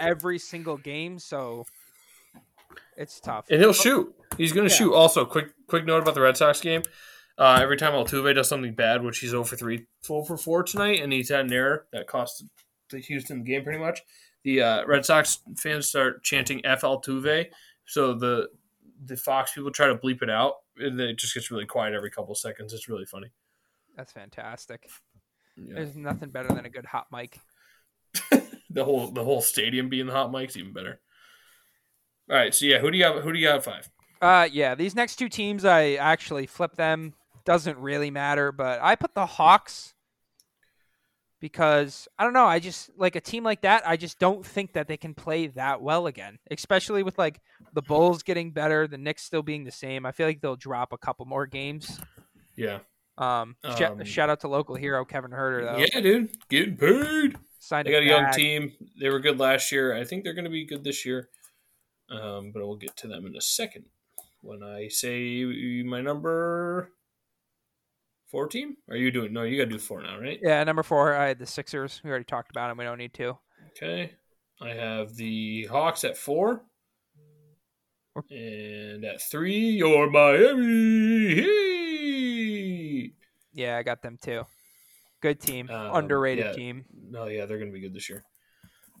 [SPEAKER 2] every single game, so it's tough.
[SPEAKER 1] And he'll shoot. He's going to
[SPEAKER 2] Yeah.
[SPEAKER 1] shoot. Also, quick quick note about the Red Sox game. Uh, every time Altuve does something bad, which he's 0 for 3, 4 for 4 tonight, and he's had an error that cost the Houston the game pretty much, the uh, Red Sox fans start chanting F Altuve. So the the Fox people try to bleep it out, and then it just gets really quiet every couple seconds. It's really funny.
[SPEAKER 2] That's fantastic.
[SPEAKER 1] Yeah.
[SPEAKER 2] There's nothing better than a good hot mic.
[SPEAKER 1] The whole the whole stadium being the hot mic's even better. All right, so yeah, who do you have? Who do you have at five?
[SPEAKER 2] Uh, yeah, these next two teams, I actually flip them. Doesn't really matter, but I put the Hawks because I don't know. I just like a team like that. I just don't think that they can play that well again, especially with like the Bulls getting better, the Knicks still being the same. I feel like they'll drop a couple more games.
[SPEAKER 1] Yeah,
[SPEAKER 2] Um, sh-
[SPEAKER 1] Um,
[SPEAKER 2] shout out to local hero Kevin Herter though.
[SPEAKER 1] yeah, dude, getting paid.
[SPEAKER 2] Signed
[SPEAKER 1] They
[SPEAKER 2] it
[SPEAKER 1] got a young
[SPEAKER 2] back.
[SPEAKER 1] team. They were good last year. I think they're going to be good this year. Um, but we'll get to them in a second. When I say my number four team, are you doing? No, you got to do four now, right?
[SPEAKER 2] Yeah, number four, I had the Sixers. We already talked about them. We don't need to.
[SPEAKER 1] Okay. I have the Hawks at four.
[SPEAKER 2] Or-
[SPEAKER 1] And at three, your Miami Heat.
[SPEAKER 2] Yeah, I got them too. Good team,
[SPEAKER 1] Um,
[SPEAKER 2] underrated
[SPEAKER 1] yeah.
[SPEAKER 2] team.
[SPEAKER 1] No, yeah, they're going to be good this year.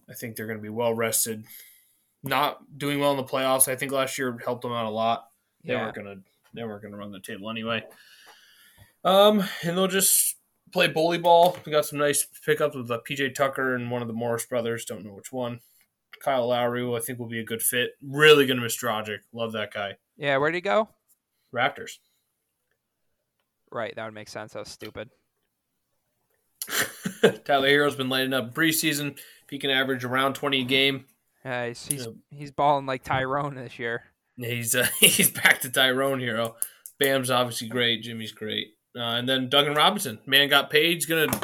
[SPEAKER 1] I think they're going to be well rested. Not doing well in the playoffs. I think last year helped them out a lot. They
[SPEAKER 2] Yeah,
[SPEAKER 1] weren't gonna they weren't gonna run the table anyway. Um, and they'll just play bully ball. We got some nice pickups with uh, PJ Tucker and one of the Morris brothers. Don't know which one. Kyle Lowry, who I think will be a good fit. Really gonna miss Drogic. Love that guy.
[SPEAKER 2] yeah. Where'd he go?
[SPEAKER 1] Raptors.
[SPEAKER 2] Right, that would make sense. That was stupid.
[SPEAKER 1] Tyler Hero's been lighting up preseason. If he can average around twenty a game,
[SPEAKER 2] Yeah, he's he's,
[SPEAKER 1] Yep.
[SPEAKER 2] he's balling like Tyrone this year.
[SPEAKER 1] he's uh, he's back to Tyrone Hero. Bam's obviously great. Jimmy's great. Uh, and then Duncan Robinson, man, got paid. He's gonna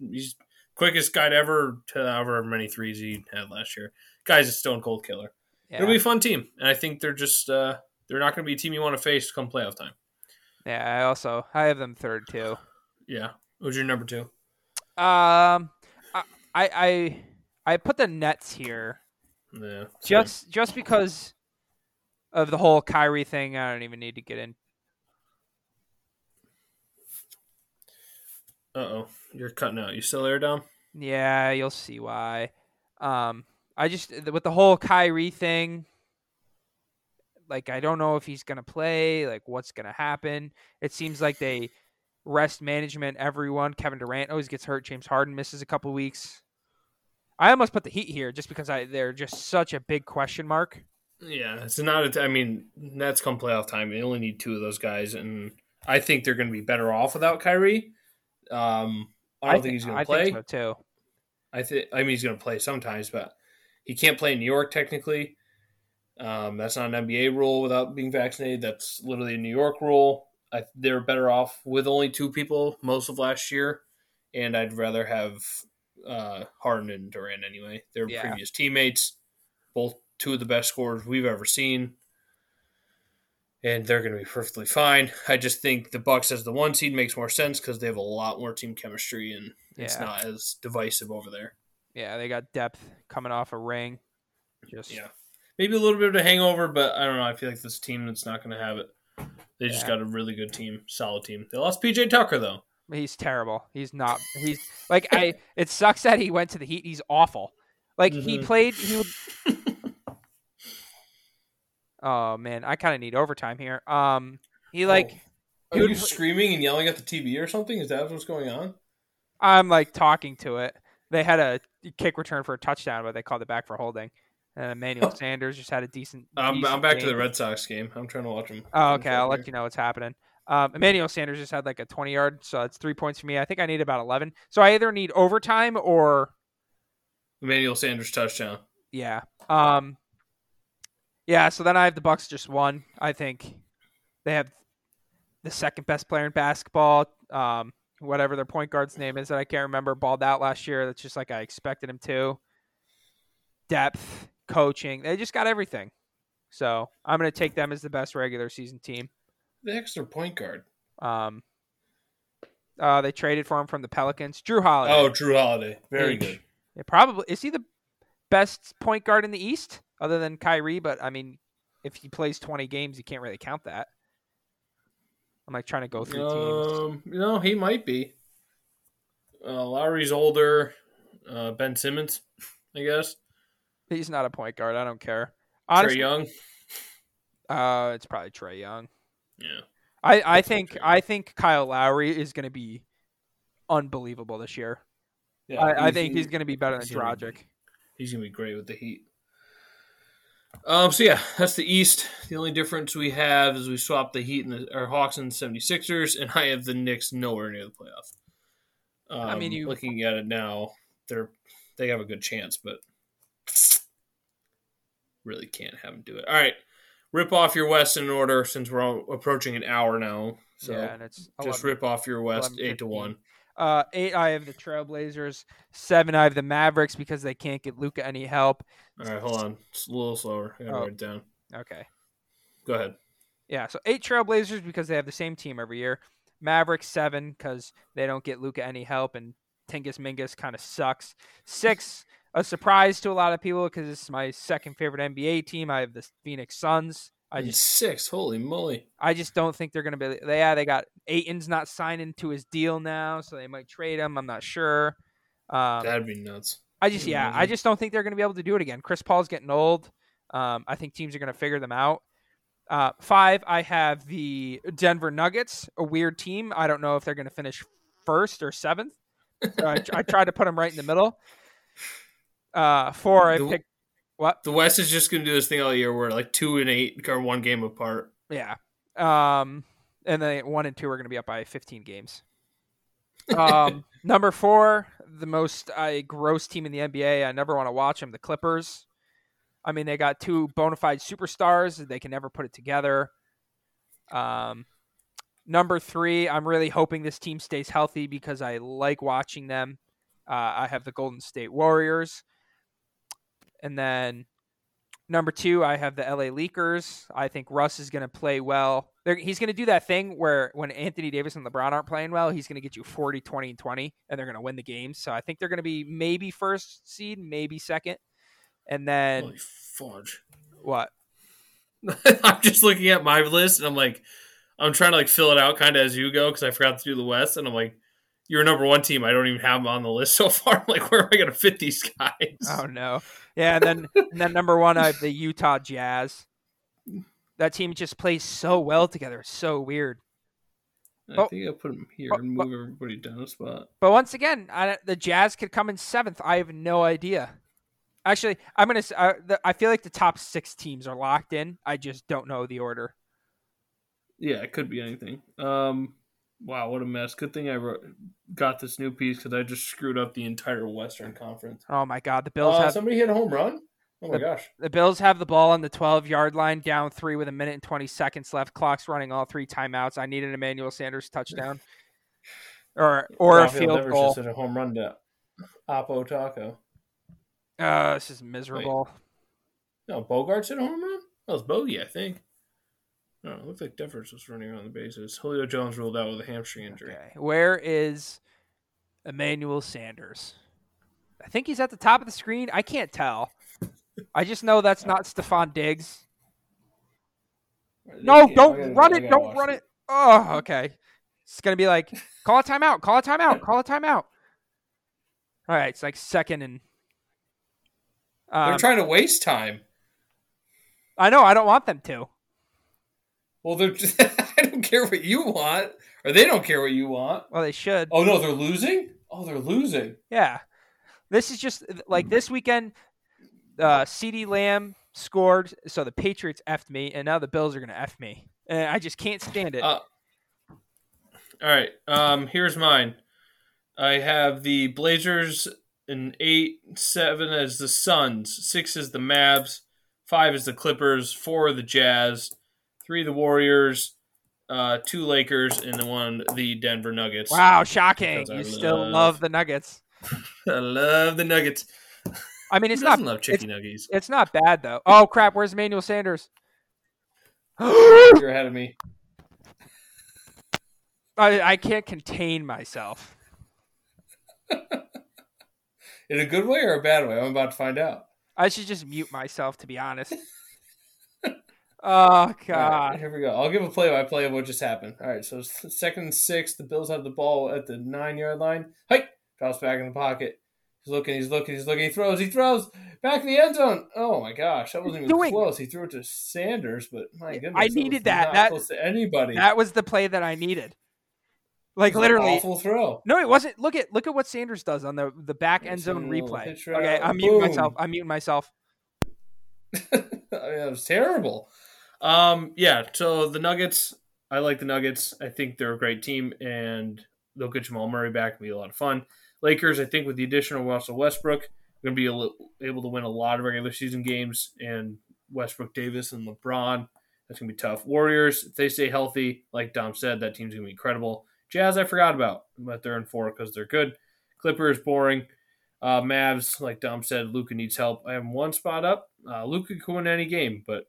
[SPEAKER 1] he's quickest guy to ever to however many threes he had last year. Guy's a stone cold killer.
[SPEAKER 2] Yeah,
[SPEAKER 1] It'll be a fun team, and I think they're just uh, they're not gonna be a team you want to face come playoff time.
[SPEAKER 2] yeah. I also I have them third too.
[SPEAKER 1] Yeah. Who's your number two?
[SPEAKER 2] Um, I I I, I put the Nets here
[SPEAKER 1] Yeah.
[SPEAKER 2] just just because of the whole Kyrie thing. I don't even need to get in.
[SPEAKER 1] Uh oh, you're cutting out. You still there, Dom?
[SPEAKER 2] Yeah, you'll see why. Um, I just with the whole Kyrie thing, like I don't know if he's gonna play. Like, what's gonna happen? It seems like they rest management everyone. Kevin Durant always gets hurt. James Harden misses a couple weeks. I almost put the Heat here just because I they're just such a big question mark.
[SPEAKER 1] Yeah, it's not. A t- I mean, Nets come playoff time. They only need two of those guys, and I think they're going to be better off without Kyrie. Um, I don't think,
[SPEAKER 2] thi-
[SPEAKER 1] he's going
[SPEAKER 2] I
[SPEAKER 1] to play.
[SPEAKER 2] think so too.
[SPEAKER 1] I think. I mean, he's going to play sometimes, but he can't play in New York technically. Um, that's not an NBA rule without being vaccinated. That's literally a New York rule. I, they're better off with only two people most of last year, and I'd rather have uh, Harden and Durant anyway. They're
[SPEAKER 2] Yeah.
[SPEAKER 1] previous teammates, both two of the best scorers we've ever seen, and they're going to be perfectly fine. I just think the Bucks as the one seed makes more sense because they have a lot more team chemistry and it's
[SPEAKER 2] Yeah.
[SPEAKER 1] not as divisive over there.
[SPEAKER 2] Yeah, they got depth coming off a ring. Just
[SPEAKER 1] Yeah. Maybe a little bit of a hangover, but I don't know. I feel like this team that's not going to have it. They just
[SPEAKER 2] Yeah.
[SPEAKER 1] got a really good team, solid team. They lost PJ Tucker though.
[SPEAKER 2] He's terrible. He's not. He's like I. It sucks that he went to the Heat. He's awful. Like he
[SPEAKER 1] Mhm.
[SPEAKER 2] played. He. would- oh man, I kind of need overtime here. Um,
[SPEAKER 1] Oh.
[SPEAKER 2] he like
[SPEAKER 1] Are
[SPEAKER 2] he would
[SPEAKER 1] you
[SPEAKER 2] pl-
[SPEAKER 1] screaming and yelling at the TV or something? Is that what's going on?
[SPEAKER 2] I'm like talking to it. They had a kick return for a touchdown, but they called it back for holding. And Emmanuel Sanders just had a decent.
[SPEAKER 1] I'm, I'm
[SPEAKER 2] decent
[SPEAKER 1] back to
[SPEAKER 2] game.
[SPEAKER 1] the Red Sox game. I'm trying to watch them.
[SPEAKER 2] Oh, okay. I'll let you know what's happening. Um, Emmanuel Sanders just had like a 20 yard, so that's three points for me. I think I need about 11. So I either need overtime or
[SPEAKER 1] Emmanuel Sanders touchdown.
[SPEAKER 2] Yeah. Um Yeah, so then I have the Bucks just one. I think they have the second best player in basketball. Um whatever their point guard's name is that I can't remember balled out last year. That's just like I expected him to. Depth, coaching. They just got everything. So I'm gonna take them as the best regular season team.
[SPEAKER 1] The heck's their point guard?
[SPEAKER 2] Um uh, they traded for him from the Pelicans. Drew Holiday.
[SPEAKER 1] Oh, Drew Holiday. Very
[SPEAKER 2] H.
[SPEAKER 1] good.
[SPEAKER 2] Yeah, probably is he the best point guard in the East other than Kyrie? But I mean, if he plays twenty games, you can't really count that. I'm like trying to go through teams.
[SPEAKER 1] Um, no, he might be. Uh, Lowry's older. Uh, ben Simmons, I guess.
[SPEAKER 2] He's not a point guard. I don't care.
[SPEAKER 1] Trey
[SPEAKER 2] Honestly,
[SPEAKER 1] Young.
[SPEAKER 2] uh, it's probably Trey Young.
[SPEAKER 1] Yeah.
[SPEAKER 2] I, I
[SPEAKER 1] That's
[SPEAKER 2] think
[SPEAKER 1] Trae Young.
[SPEAKER 2] I think Kyle Lowry is going to be unbelievable this year.
[SPEAKER 1] yeah
[SPEAKER 2] I, I think he's going to be better than
[SPEAKER 1] he's gonna be-
[SPEAKER 2] Drogic.
[SPEAKER 1] He's gonna be great with the Heat. Um, so yeah, that's the East. The only difference we have is we swapped the Heat and the or Hawks and the 76ers, and I have the Knicks nowhere near the playoffs. Um,
[SPEAKER 2] I mean, you-
[SPEAKER 1] looking at it now, they're they have a good chance, but really can't have them do it. All right, rip off your West in order since we're all approaching an hour now. So
[SPEAKER 2] yeah, and it's
[SPEAKER 1] just
[SPEAKER 2] 11.
[SPEAKER 1] rip off your West
[SPEAKER 2] 11,
[SPEAKER 1] eight to
[SPEAKER 2] 15.
[SPEAKER 1] one.
[SPEAKER 2] Uh, eight, I have the Trailblazers. Seven, I have the Mavericks because they can't get Luca any help.
[SPEAKER 1] All right, hold on, it's a little slower. I gotta
[SPEAKER 2] Oh.
[SPEAKER 1] write it down.
[SPEAKER 2] Okay.
[SPEAKER 1] Go ahead.
[SPEAKER 2] Yeah, so eight Trailblazers because they have the same team every year. Mavericks seven because they don't get Luca any help, and Tingus Mingus kind of sucks. Six, a surprise to a lot of people because it's my second favorite NBA team. I have the Phoenix Suns. I
[SPEAKER 1] And
[SPEAKER 2] just
[SPEAKER 1] six. Holy moly!
[SPEAKER 2] I just don't think they're going to be. They, yeah, they got Aiton's not signing to his deal now, so they might trade him. I'm not sure. Um,
[SPEAKER 1] That'd be nuts.
[SPEAKER 2] I just yeah, I
[SPEAKER 1] Amazing.
[SPEAKER 2] just don't think they're going to be able to do it again. Chris Paul's getting old. Um, I think teams are going to figure them out. Uh, five, I have the Denver Nuggets, a weird team. I don't know if they're going to finish first or seventh. So I, I tried to put them right in the middle. Uh, four, I
[SPEAKER 1] The-
[SPEAKER 2] picked what?
[SPEAKER 1] The West is just going to do this thing all year where like two and eight are one game apart.
[SPEAKER 2] Yeah. Um, and then one and two are going to be up by 15 games. Um, number four, the most uh, gross team in the NBA. I never want to watch them. The Clippers. I mean, they got two bona fide superstars. They can never put it together. Um, number three, I'm really hoping this team stays healthy because I like watching them. Uh, I have the Golden State Warriors. And then Number two, I have the LA Leakers. I think Russ is going to play well. They're, he's going to do that thing where when Anthony Davis and LeBron aren't playing well, he's going to get you 40, 20, and 20, and they're going to win the game. So I think they're going to be maybe first seed, maybe second. And then
[SPEAKER 1] Holy fudge!
[SPEAKER 2] what?
[SPEAKER 1] I'm just looking at my list and I'm like, I'm trying to like fill it out kind of as you go because I forgot to do the West and I'm like, you're a number one team. I don't even have them on the list so far. I'm like, where am I going to fit these guys?
[SPEAKER 2] Oh, no. Yeah. And then, and then number one, I have the Utah Jazz. That team just plays so well together. It's so weird.
[SPEAKER 1] I think I put them here
[SPEAKER 2] oh,
[SPEAKER 1] and move everybody down a spot.
[SPEAKER 2] But once again, I, the Jazz could come in seventh. I have no idea. Actually, I'm gonna. s- I, the, I feel like the top six teams are locked in. I just don't know the order.
[SPEAKER 1] Yeah, it could be anything. Um, wow, what a mess. Good thing I wrote, got this new piece because I just screwed up the entire Western Conference.
[SPEAKER 2] Oh my God, the Bills
[SPEAKER 1] Uh,
[SPEAKER 2] have
[SPEAKER 1] somebody hit a home run. Oh my gosh.
[SPEAKER 2] the Bills have the ball on the 12 yard line, down three with a minute and 20 seconds left. Clock's running all three timeouts. I need an Emmanuel Sanders touchdown, or or a
[SPEAKER 1] Rafael
[SPEAKER 2] field
[SPEAKER 1] Devers
[SPEAKER 2] goal.
[SPEAKER 1] just hit a home run to Oppo Taco.
[SPEAKER 2] Uh, this is miserable.
[SPEAKER 1] No, Bogarts hit a home run? That was Bogey, I think. No, it looked like Devers was running around the bases. Julio Jones ruled out with a hamstring injury.
[SPEAKER 2] Okay, where is Emmanuel Sanders? I think he's at the top of the screen. I can't tell. I just know that's not Stefan Diggs. No,
[SPEAKER 1] Yeah, I
[SPEAKER 2] don't
[SPEAKER 1] gotta-
[SPEAKER 2] run
[SPEAKER 1] I
[SPEAKER 2] it.
[SPEAKER 1] gotta
[SPEAKER 2] Don't
[SPEAKER 1] watch
[SPEAKER 2] run it. Oh, okay. It's gonna be like call a timeout. Call a timeout. Call a timeout. All right, it's like second and.
[SPEAKER 1] They're
[SPEAKER 2] Um,
[SPEAKER 1] trying to waste time.
[SPEAKER 2] I know. I don't want them to.
[SPEAKER 1] Well, they're just, I don't care what you want, or they don't care what you want.
[SPEAKER 2] Well, they should.
[SPEAKER 1] Oh no, they're losing. Oh, they're losing.
[SPEAKER 2] Yeah. This is just
[SPEAKER 1] Hmm.
[SPEAKER 2] like this weekend, uh, CD Lamb scored, so the Patriots effed me, and now the Bills are going to F me. And I just can't stand it.
[SPEAKER 1] Uh, All right. Um, here's mine. I have the Blazers and eight, seven as the Suns, six is the Mavs, five is the Clippers, four are the Jazz, three the Warriors, uh, two Lakers, and the one the Denver Nuggets.
[SPEAKER 2] wow, shocking.
[SPEAKER 1] Because I
[SPEAKER 2] You still
[SPEAKER 1] love-
[SPEAKER 2] love the Nuggets.
[SPEAKER 1] I love the Nuggets.
[SPEAKER 2] I mean,
[SPEAKER 1] Who
[SPEAKER 2] it's not
[SPEAKER 1] doesn't love chicken nuggets.
[SPEAKER 2] it's not bad though. Oh crap, where's Emmanuel Sanders? I,
[SPEAKER 1] You're ahead of me.
[SPEAKER 2] I can't contain myself.
[SPEAKER 1] In a good way or a bad way? I'm about to find out.
[SPEAKER 2] I should just mute myself to be honest. Oh
[SPEAKER 1] All right,
[SPEAKER 2] god.
[SPEAKER 1] here we go. I'll give a play by play of what just happened. All right, so s- second and six, the Bills have the ball at the nine yard line. Hey, drops back in the pocket. He's looking, he's looking, he's looking. He throws, he throws back in the end zone. Oh my gosh, that wasn't even
[SPEAKER 2] Doing-
[SPEAKER 1] close. He threw it to Sanders, but my goodness,
[SPEAKER 2] I
[SPEAKER 1] that
[SPEAKER 2] needed
[SPEAKER 1] was
[SPEAKER 2] that.
[SPEAKER 1] Not
[SPEAKER 2] That-
[SPEAKER 1] close to anybody.
[SPEAKER 2] That was the play that I needed. Like
[SPEAKER 1] It was an
[SPEAKER 2] literally
[SPEAKER 1] awful throw.
[SPEAKER 2] No, it wasn't. Look at look at what Sanders does on the the back
[SPEAKER 1] Yeah,
[SPEAKER 2] end zone
[SPEAKER 1] Sanders will
[SPEAKER 2] replay.
[SPEAKER 1] pitch
[SPEAKER 2] Okay,
[SPEAKER 1] route.
[SPEAKER 2] I'm muting myself.
[SPEAKER 1] Boom.
[SPEAKER 2] I'm muting myself.
[SPEAKER 1] I mean, that was terrible. Um, yeah, so the Nuggets, I like the Nuggets. I think they're a great team, and they'll get Jamal Murray back. It'll be a lot of fun. Lakers, I think with the addition of Russell Westbrook, going to be li- able to win a lot of regular season games, and Westbrook, Davis, and LeBron. That's going to be tough. Warriors, if they stay healthy, like Dom said, that team's going to be incredible. Jazz, I forgot about, but they're in four because they're good. Clippers, boring. Uh, Mavs, like Dom said, Luca needs help. I have one spot up. Uh, Luca can win any game, but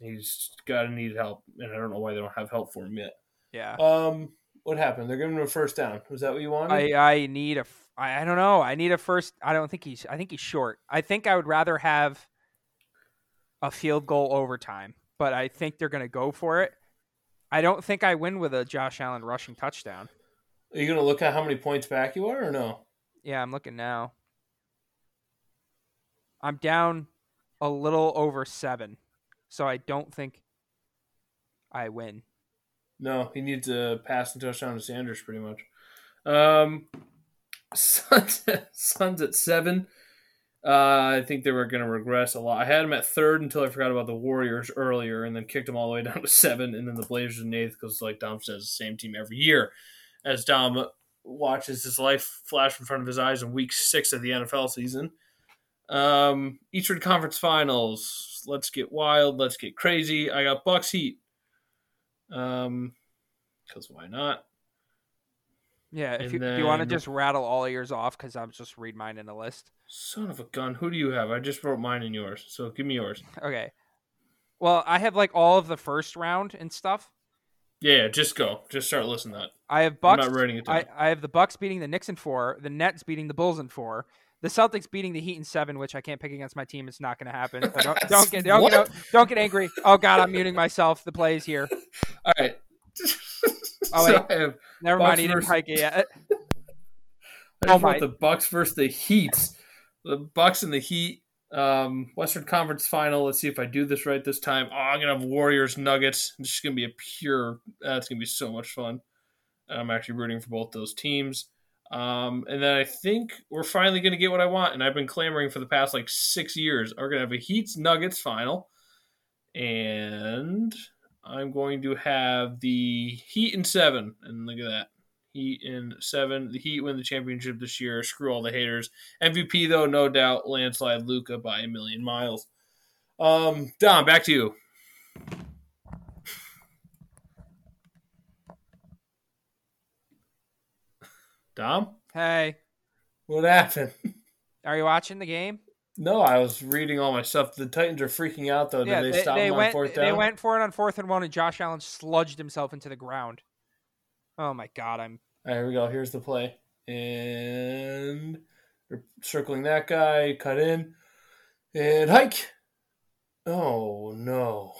[SPEAKER 1] he's got to need help, and I don't know why they don't have help for him yet.
[SPEAKER 2] Yeah.
[SPEAKER 1] Um, what happened? They're giving him a first down. Was that what you wanted?
[SPEAKER 2] I, I need a f- I, I don't know. I need a first I don't think he's I think he's short. I think I would rather have a field goal overtime, but I think they're going to go for it. I don't think I win with a Josh Allen rushing touchdown.
[SPEAKER 1] Are you going to look at how many points back you are, or no?
[SPEAKER 2] Yeah, I'm looking now. I'm down a little over 7. So I don't think I win.
[SPEAKER 1] No, he needs a pass and touchdown to Sanders, pretty much. Um, Suns, Suns at seven. Uh, I think they were going to regress a lot. I had them at third until I forgot about the Warriors earlier, and then kicked them all the way down to seven, and then the Blazers in eighth because, like Dom says, the same team every year. As Dom watches his life flash in front of his eyes in Week Six of the NFL season. Um, Eastern Conference Finals. Let's get wild. Let's get crazy. I got Bucks Heat. Um, because why not?
[SPEAKER 2] Yeah, if
[SPEAKER 1] And
[SPEAKER 2] you, do you want to
[SPEAKER 1] then-
[SPEAKER 2] just rattle all of yours off cuz I'm just read mine in the list.
[SPEAKER 1] Son of a gun. Who do you have? I just wrote mine and yours. So give me yours.
[SPEAKER 2] Okay. Well, I have like all of the first round and stuff.
[SPEAKER 1] Yeah, yeah just go. Just start listening to that.
[SPEAKER 2] I have Bucks.
[SPEAKER 1] I'm not writing it down.
[SPEAKER 2] I, I have the Bucks beating the Knicks in four, the Nets beating the Bulls in four, the Celtics beating the Heat in seven, which I can't pick against my team. It's not going to happen. But don't, don't get don't,
[SPEAKER 1] What?
[SPEAKER 2] don't, don't get angry. Oh God, I'm muting myself. The play is here.
[SPEAKER 1] All right.
[SPEAKER 2] Oh,
[SPEAKER 1] so
[SPEAKER 2] wait.
[SPEAKER 1] I have
[SPEAKER 2] Never
[SPEAKER 1] Bucks
[SPEAKER 2] mind. He didn't
[SPEAKER 1] versus-
[SPEAKER 2] hike it yet.
[SPEAKER 1] I
[SPEAKER 2] Oh,
[SPEAKER 1] just
[SPEAKER 2] my.
[SPEAKER 1] want the Bucks versus the Heat. The Bucks and the Heat. Um, Western Conference Final. Let's see if I do this right this time. Oh, I'm gonna have Warriors Nuggets. It's just gonna be a pure. That's gonna be so much fun. I'm actually rooting for both those teams. Um, and then I think we're finally gonna get what I want, and I've been clamoring for the past like six years. We're gonna have a Heat Nuggets final, and I'm going to have the Heat in seven. And look at that. Heat in seven. The Heat win the championship this year. Screw all the haters. MVP though, no doubt, landslide Luca by a million miles. Um, Dom, back to you. Dom,
[SPEAKER 2] Hey,
[SPEAKER 1] what happened?
[SPEAKER 2] are you watching the game?
[SPEAKER 1] No, I was reading all my stuff. The Titans are freaking out though. Did they, stop them on
[SPEAKER 2] went.
[SPEAKER 1] fourth down?
[SPEAKER 2] They went for it on fourth and one, and Josh Allen sludged himself into the ground. Oh my God, I'm
[SPEAKER 1] All right, here we go. Here's the play. And they're circling that guy, cut in, and hike. Oh, no.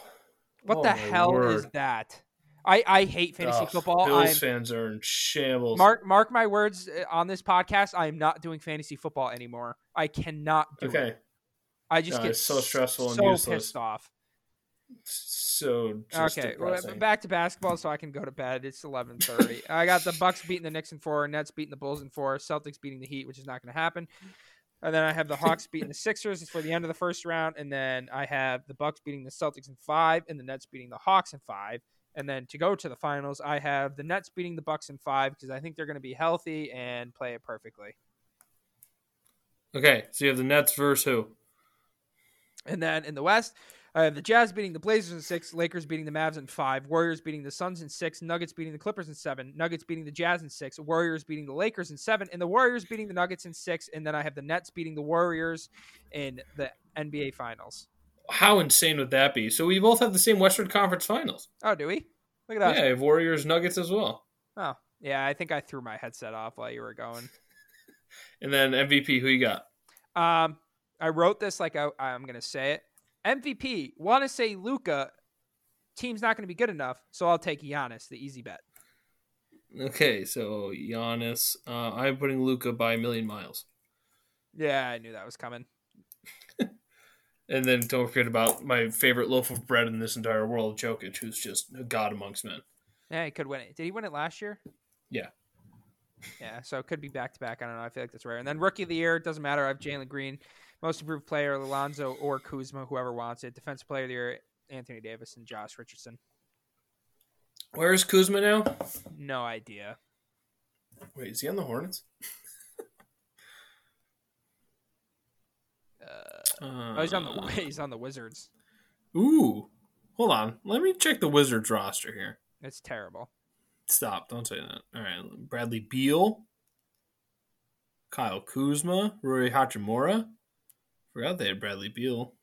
[SPEAKER 2] What
[SPEAKER 1] Oh,
[SPEAKER 2] the
[SPEAKER 1] my
[SPEAKER 2] hell is
[SPEAKER 1] word.
[SPEAKER 2] that? I, I hate fantasy
[SPEAKER 1] Ugh,
[SPEAKER 2] football.
[SPEAKER 1] Bills
[SPEAKER 2] I'm
[SPEAKER 1] fans are in shambles.
[SPEAKER 2] mark mark my words uh, on this podcast. I am not doing fantasy football anymore. I cannot do it.
[SPEAKER 1] okay.
[SPEAKER 2] I just
[SPEAKER 1] No,
[SPEAKER 2] get
[SPEAKER 1] it's so stressful and
[SPEAKER 2] so
[SPEAKER 1] useless.
[SPEAKER 2] pissed off.
[SPEAKER 1] So just
[SPEAKER 2] okay, well,
[SPEAKER 1] depressing.
[SPEAKER 2] back to basketball, so I can go to bed. It's eleven thirty. I got the Bucks beating the Knicks in four, Nets beating the Bulls in four, Celtics beating the Heat, which is not going to happen. And then I have the Hawks beating the Sixers for the end of the first round, and then I have the Bucks beating the Celtics in five, and the Nets beating the Hawks in five. And then to go to the finals, I have the Nets beating the Bucks in five because I think they're going to be healthy and play it perfectly.
[SPEAKER 1] Okay, so you have the Nets versus who?
[SPEAKER 2] And then in the West, I have the Jazz beating the Blazers in six, Lakers beating the Mavs in five, Warriors beating the Suns in six, Nuggets beating the Clippers in seven, Nuggets beating the Jazz in six, Warriors beating the Lakers in seven, and the Warriors beating the Nuggets in six. And then I have the Nets beating the Warriors in the NBA Finals.
[SPEAKER 1] How insane would that be? So we both have the same Western Conference Finals.
[SPEAKER 2] Oh, do we? Look at us.
[SPEAKER 1] Yeah, I have Warriors Nuggets as well.
[SPEAKER 2] Oh, yeah. I think I threw my headset off while you were going.
[SPEAKER 1] And then MVP, who you got?
[SPEAKER 2] Um, I wrote this like I, I'm gonna say it. MVP. Want to say Luca. Team's not going to be good enough, so I'll take Giannis, the easy bet.
[SPEAKER 1] Okay, so Giannis. Uh, I'm putting Luca by a million miles.
[SPEAKER 2] Yeah, I knew that was coming.
[SPEAKER 1] And then don't forget about my favorite loaf of bread in this entire world, Jokic, who's just a god amongst men.
[SPEAKER 2] Yeah, he could win it. Did he win it last year?
[SPEAKER 1] Yeah.
[SPEAKER 2] Yeah, so it could be back to back. I don't know. I feel like that's rare. And then rookie of the year doesn't matter. I have Jalen Green Most improved player, Alonzo or Kuzma, whoever wants it. Defensive player of the year, Anthony Davis and Josh Richardson.
[SPEAKER 1] Where is Kuzma now?
[SPEAKER 2] No idea.
[SPEAKER 1] Wait, is he on the Hornets? uh,
[SPEAKER 2] Oh, he's on the he's on the Wizards.
[SPEAKER 1] Ooh, hold on. Let me check the Wizards roster here.
[SPEAKER 2] It's terrible.
[SPEAKER 1] Stop! Don't say that. All right, Bradley Beal, Kyle Kuzma, Rory Hachimura. Forgot they had Bradley Beal.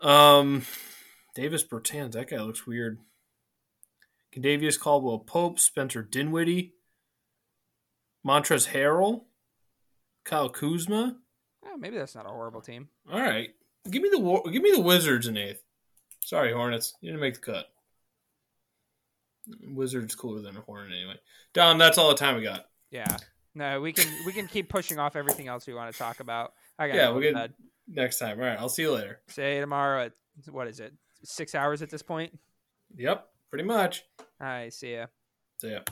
[SPEAKER 1] Um, Davis Bertans. That guy looks weird. Cadavius Caldwell Pope, Spencer Dinwiddie, Montrez Harrell, Kyle Kuzma.
[SPEAKER 2] Oh, maybe that's not a horrible team.
[SPEAKER 1] All right, give me the Wa- give me the Wizards in eighth. Sorry, Hornets, you didn't make the cut. Wizards cooler than a Hornet anyway. Dom, that's all the time we got.
[SPEAKER 2] Yeah. No, we can we can keep pushing off everything else we want to talk about. I got
[SPEAKER 1] Yeah,
[SPEAKER 2] yeah,
[SPEAKER 1] we'll
[SPEAKER 2] we
[SPEAKER 1] get-
[SPEAKER 2] bed.
[SPEAKER 1] Next time, all right. I'll see you later.
[SPEAKER 2] Say tomorrow at what is it? Six hours at this point.
[SPEAKER 1] Yep, pretty much.
[SPEAKER 2] I see ya.
[SPEAKER 1] See ya.